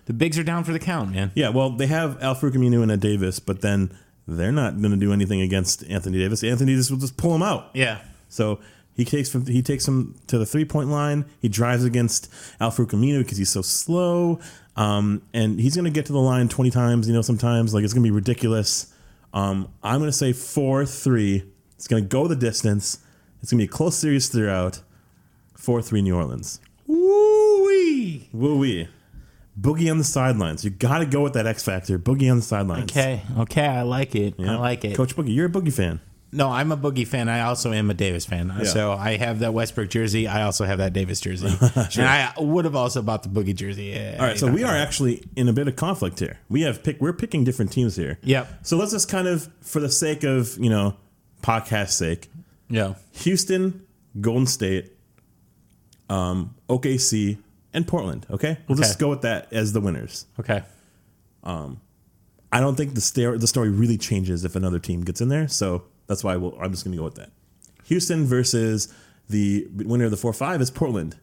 Speaker 5: the bigs are down for the count, man.
Speaker 6: Yeah, well, they have Alfred Camino and Ed Davis, but then they're not going to do anything against Anthony Davis. Anthony Davis will just pull him out.
Speaker 5: Yeah.
Speaker 6: So he takes from, he takes him to the three point line. He drives against Alfred Camino because he's so slow, um, and he's going to get to the line twenty times. You know, sometimes like it's going to be ridiculous. Um, I'm going to say four three. It's going to go the distance. It's going to be a close series throughout. Four three New Orleans.
Speaker 5: Woo-wee.
Speaker 6: Woo wee. Boogie on the sidelines. You got to go with that X factor. Boogie on the sidelines.
Speaker 5: Okay, okay, I like it. I like it.
Speaker 6: Coach Boogie, you're a Boogie fan.
Speaker 5: No, I'm a Boogie fan. I also am a Davis fan.
Speaker 6: Yeah.
Speaker 5: So I have that Westbrook jersey. I also have that Davis jersey. And I would have also bought the Boogie jersey. Yeah,
Speaker 6: All right, so we are actually in a bit of conflict here. We have pick we're picking different teams here.
Speaker 5: Yep.
Speaker 6: So let's just kind of for the sake of, you know, podcast sake,
Speaker 5: Yeah.
Speaker 6: Houston, Golden State, um, OKC, and Portland, okay? We'll just
Speaker 5: Okay.
Speaker 6: go with that as the winners.
Speaker 5: Okay.
Speaker 6: I don't think the story the story really changes if another team gets in there, so that's why we'll, I'm just going to go with that. Houston versus the winner of the 4-5 is Portland.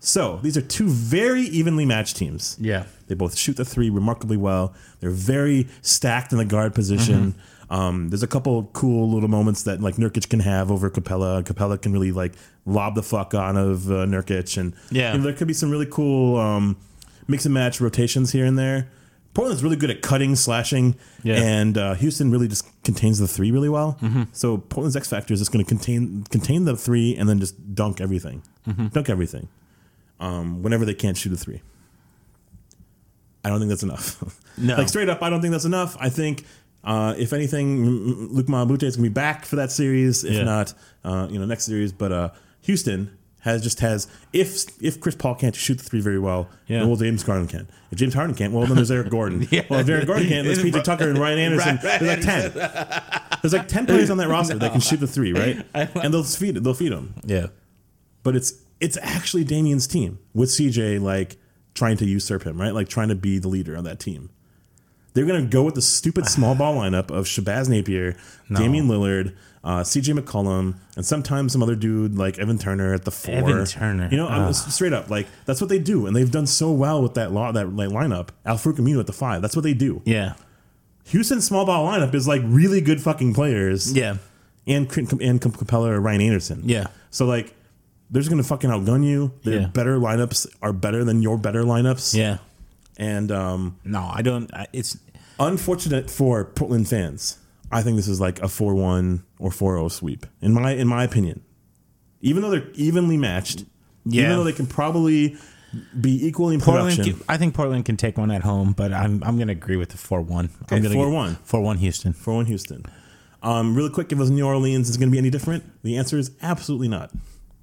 Speaker 6: So, these are two very evenly matched teams.
Speaker 5: Yeah.
Speaker 6: They both shoot the three remarkably well. They're very stacked in the guard position.
Speaker 5: Mm-hmm.
Speaker 6: Um, there's a couple cool little moments that like Nurkic can have over Capella. Capella can really like lob the fuck out of uh, Nurkic, and
Speaker 5: Yeah.
Speaker 6: you know, there could be some really cool um, mix and match rotations here and there. Portland's really good at cutting, slashing,
Speaker 5: Yeah. Mm-hmm.
Speaker 6: and uh, Houston really just contains the three really well. So Portland's X factor is just going to contain contain the three and then just dunk everything,
Speaker 5: Mm-hmm.
Speaker 6: dunk everything, um, whenever they can't shoot a three. I don't think that's enough.
Speaker 5: No.
Speaker 6: like straight up, I don't think that's enough. I think uh, if anything, M- M- Luke Malabute is gonna be back for that series. If
Speaker 5: Yeah.
Speaker 6: not, uh, you know, next series. But uh, Houston has just has if if Chris Paul can't shoot the three very well,
Speaker 5: Yeah.
Speaker 6: then, well James Harden can. If James Harden can't, well then there's Eric Gordon.
Speaker 5: Yeah.
Speaker 6: Well, if Eric Gordon can't, there's PJ Tucker and Ryan Anderson.
Speaker 5: Right, right.
Speaker 6: There's like ten. There's like ten players on that roster that can shoot the three, right? And they'll feed they'll feed them
Speaker 5: Yeah.
Speaker 6: but it's it's actually Damien's team with CJ like trying to usurp him, right? Like trying to be the leader of that team. They're gonna go with the stupid small ball lineup of Shabazz Napier, Damian Lillard, uh, CJ McCollum, and sometimes some other dude like Evan Turner at the four.
Speaker 5: Evan Turner.
Speaker 6: you know, I'm, straight up like that's what they do, and they've done so well with that law that like, lineup. Alfred Camino at the five. That's what they do.
Speaker 5: Yeah.
Speaker 6: Houston's small ball lineup is like really good fucking players
Speaker 5: Yeah.
Speaker 6: and Cr- and Cap- Capella or Ryan Anderson.
Speaker 5: Yeah.
Speaker 6: So like, they're just gonna fucking outgun you. Their
Speaker 5: Yeah.
Speaker 6: better lineups are better than your better lineups.
Speaker 5: Yeah.
Speaker 6: And um,
Speaker 5: No, I don't. I, it's
Speaker 6: unfortunate for Portland fans, I think this is like a four-one or 4-0 sweep in my in my opinion. Even though they're evenly matched, even
Speaker 5: Yeah.
Speaker 6: though they can probably be equally in
Speaker 5: Portland.
Speaker 6: production.
Speaker 5: Can, I think Portland can take one at home, but I'm I'm gonna agree with the four one. I'm gonna
Speaker 6: 4-1.
Speaker 5: Four one Houston.
Speaker 6: for one Houston. Um, really quick, if it was New Orleans, is going to be any different? The answer is absolutely not.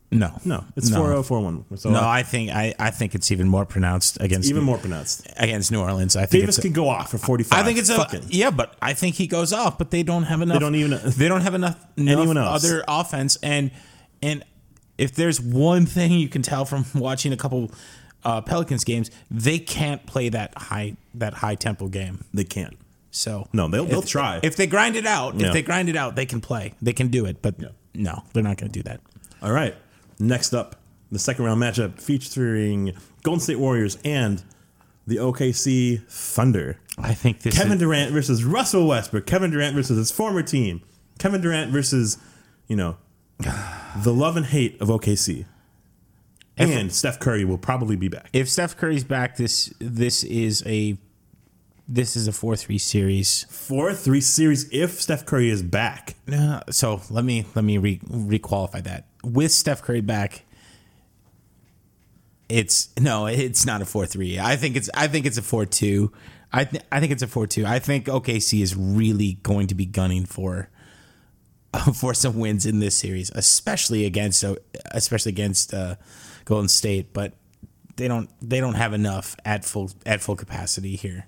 Speaker 5: No,
Speaker 6: No, it's
Speaker 5: no.
Speaker 6: four zero four one. So
Speaker 5: No,
Speaker 6: uh,
Speaker 5: I think I, I think it's even more pronounced against
Speaker 6: even more pronounced.
Speaker 5: against New Orleans. I think
Speaker 6: Davis
Speaker 5: it's a-
Speaker 6: can go off for forty five.
Speaker 5: I think it's a
Speaker 6: fucking.
Speaker 5: yeah, but I think he goes off, but they don't have enough.
Speaker 6: don't even-
Speaker 5: they don't have enough, enough
Speaker 6: Anyone else.
Speaker 5: other offense. And and if there's one thing you can tell from watching a couple uh, Pelicans games, they can't play that high that high tempo game.
Speaker 6: They can't.
Speaker 5: So
Speaker 6: No, they'll-
Speaker 5: if-
Speaker 6: they'll try.
Speaker 5: if they grind it out.
Speaker 6: Yeah.
Speaker 5: If they grind it out, they can play. They can do it. But no, they're not going to do that.
Speaker 6: All right. Next up, the second round matchup featuring Golden State Warriors and the OKC Thunder.
Speaker 5: I think this
Speaker 6: Kevin
Speaker 5: is,
Speaker 6: Durant versus Russell Westbrook. Kevin Durant versus his former team. Kevin Durant versus, you know, the love and hate of OKC. And Steph Curry will probably be back.
Speaker 5: if Steph Curry's back, this this is a this is a four three series.
Speaker 6: 4 3 series if Steph Curry is back.
Speaker 5: Uh, so let me let me re requalify that. With Steph Curry back, it's no, it's not a four three. I think it's I think it's a four two. I th- I think it's a four two. I think OKC is really going to be gunning for for some wins in this series, especially against uh, especially against uh, Golden State. But they don't they don't have enough at full at full capacity here.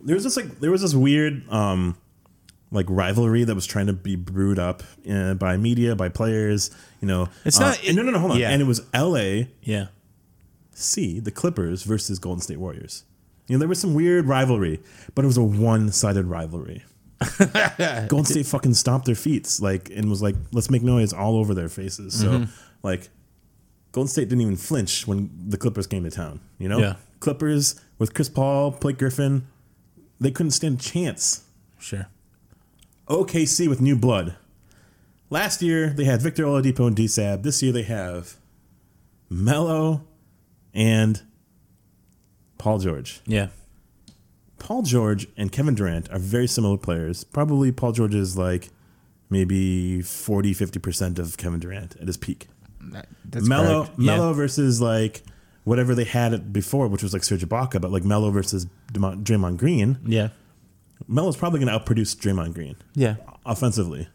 Speaker 6: there was this like there was this weird um like rivalry that was trying to be brewed up uh, by media by players you know
Speaker 5: It's
Speaker 6: Uh,
Speaker 5: not- it-
Speaker 6: no no no hold on
Speaker 5: yeah.
Speaker 6: and it was la
Speaker 5: Yeah.
Speaker 6: c the clippers versus golden state warriors you know there was some weird rivalry but it was a one-sided rivalry golden state fucking stomped their feet like and was like let's make noise all over their faces so like golden state didn't even flinch when the clippers came to town you know
Speaker 5: Yeah.
Speaker 6: clippers with chris paul blake griffin they couldn't stand a chance
Speaker 5: Sure.
Speaker 6: OKC with new blood. Last year they had Victor Oladipo and DSAB. This year they have Melo and Paul George.
Speaker 5: Yeah.
Speaker 6: Paul George and Kevin Durant are very similar players. Probably Paul George is like maybe 40 50% of Kevin Durant at his peak. Melo
Speaker 5: correct. Yeah.
Speaker 6: Melo versus like whatever they had it before, which was like Serge Ibaka, but like Melo versus Demo- Draymond Green.
Speaker 5: Yeah.
Speaker 6: Melo's probably going to outproduce Draymond Green
Speaker 5: Yeah.
Speaker 6: offensively.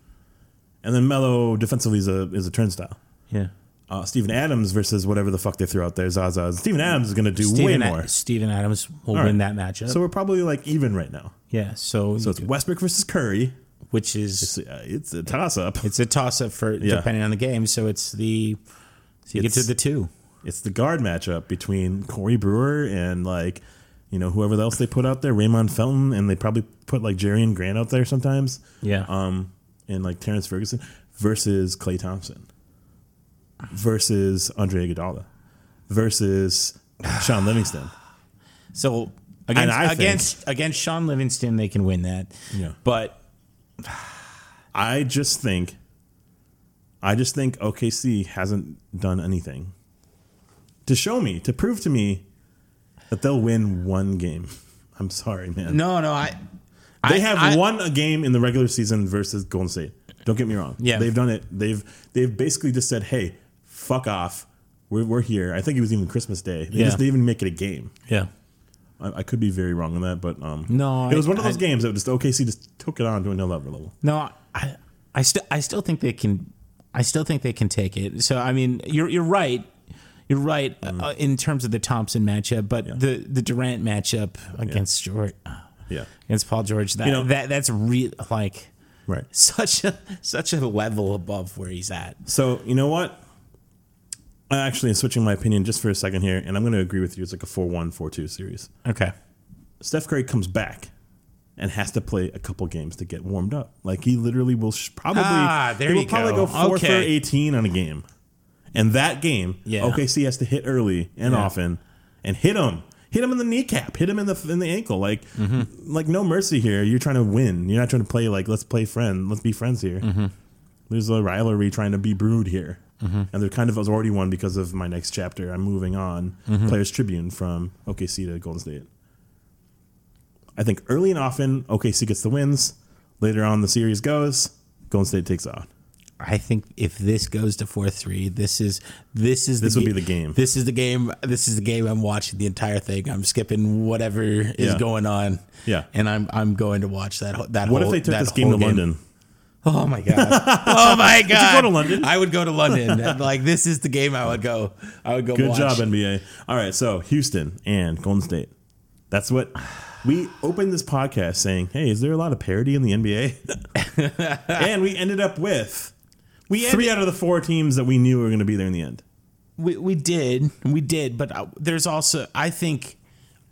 Speaker 6: And then Mello defensively is a is a turnstile.
Speaker 7: Yeah.
Speaker 6: Uh, Steven Adams versus whatever the fuck they threw out there, Zaza. Steven Adams is going to do
Speaker 5: Steven,
Speaker 6: way
Speaker 5: Ad-
Speaker 6: more.
Speaker 5: Steven Adams will
Speaker 6: All
Speaker 5: win
Speaker 6: right.
Speaker 5: that matchup.
Speaker 6: So we're probably like even right now.
Speaker 5: yeah, so,
Speaker 6: So it's Westbrook versus Curry.
Speaker 5: which is
Speaker 6: It's, uh, it's a toss up.
Speaker 5: it's a toss up for depending on the game. So it's the so you get to
Speaker 6: It's-
Speaker 5: the two.
Speaker 6: It's the guard matchup between Corey Brewer and like you know whoever else they put out there, Raymond Felton, and they probably put like Jerry and Grant out there sometimes.
Speaker 5: Yeah.
Speaker 6: Um, and like Terrence Ferguson versus Clay Thompson versus Andre Iguodala versus Sean Livingston.
Speaker 5: So
Speaker 6: And I
Speaker 5: against
Speaker 6: think-
Speaker 5: against against Sean Livingston, they can win that.
Speaker 6: Yeah.
Speaker 5: But
Speaker 6: I just think, I just think OKC hasn't done anything to show me, to prove to me that they'll win one game. I'm sorry, man.
Speaker 5: no, no, I
Speaker 6: they
Speaker 5: I-
Speaker 6: have
Speaker 5: I-
Speaker 6: won a game in the regular season versus Golden State. Don't get me wrong.
Speaker 5: Yeah.
Speaker 6: they've done it. They've they've basically just said, "Hey, fuck off. We're, we're here." I think it was even Christmas Day. They
Speaker 5: Yeah.
Speaker 6: just didn't even make it a game.
Speaker 5: yeah.
Speaker 6: I, I could be very wrong on that, but um,
Speaker 5: No,
Speaker 6: it was
Speaker 5: I-
Speaker 6: one of those
Speaker 5: I-
Speaker 6: games that just OKC just took it on to another level.
Speaker 5: No, I, I still, I still think they can. I still think they can take it. So I mean, you're you're right. You're right
Speaker 6: Mm.
Speaker 5: uh, in terms of the Thompson matchup, but the the Durant matchup against uh, George,
Speaker 6: Yeah,
Speaker 5: against Paul George, that
Speaker 6: know-
Speaker 5: that that's real like
Speaker 6: right.
Speaker 5: such a such a level above where he's at.
Speaker 6: So you know what? I actually am switching my opinion just for a second here, and I'm going to agree with you. It's like a 4-1, 4-2 series.
Speaker 5: Okay.
Speaker 6: Steph Curry comes back and has to play a couple games to get warmed up. Like he literally will sh- probably
Speaker 5: Ah, there
Speaker 6: he will
Speaker 5: you
Speaker 6: probably
Speaker 5: go.
Speaker 6: go, four for
Speaker 5: Okay.
Speaker 6: eighteen on a game, and that game
Speaker 5: Yeah.
Speaker 6: OKC has to hit early and often and hit him. Hit him in the kneecap. Hit him in the in the ankle. Like,
Speaker 5: Mm-hmm.
Speaker 6: like no mercy here. You're trying to win. You're not trying to play like let's play friend. Let's be friends here.
Speaker 5: Mm-hmm.
Speaker 6: There's a rivalry trying to be brewed here, and there kind of was already one because of my next chapter. I'm moving on.
Speaker 5: Mm-hmm.
Speaker 6: Players Tribune from OKC to Golden State. I think early and often OKC gets the wins. Later on, the series goes. Golden State takes out.
Speaker 5: I think if this goes to four three, this is this is
Speaker 6: This
Speaker 5: the
Speaker 6: will
Speaker 5: ga-
Speaker 6: be the game.
Speaker 5: This is the game. This is the game. I'm watching the entire thing. I'm skipping whatever is
Speaker 6: Yeah.
Speaker 5: going on.
Speaker 6: Yeah.
Speaker 5: and I'm I'm going to watch that. ho- That
Speaker 6: What
Speaker 5: whole,
Speaker 6: if they took
Speaker 5: that
Speaker 6: this game
Speaker 5: whole
Speaker 6: to London?
Speaker 5: Oh my god! oh my god!
Speaker 6: go to London?
Speaker 5: I would go to London. like this is the game. I would go. I would go.
Speaker 6: Good
Speaker 5: watch.
Speaker 6: job, NBA. All right, so Houston and Golden State. That's what we opened this podcast saying. Hey, is there a lot of parity in the NBA? and we ended up with
Speaker 5: We
Speaker 6: three out of the four teams that we knew were going to be there in the end.
Speaker 5: We, we did we did, but uh, there's also I think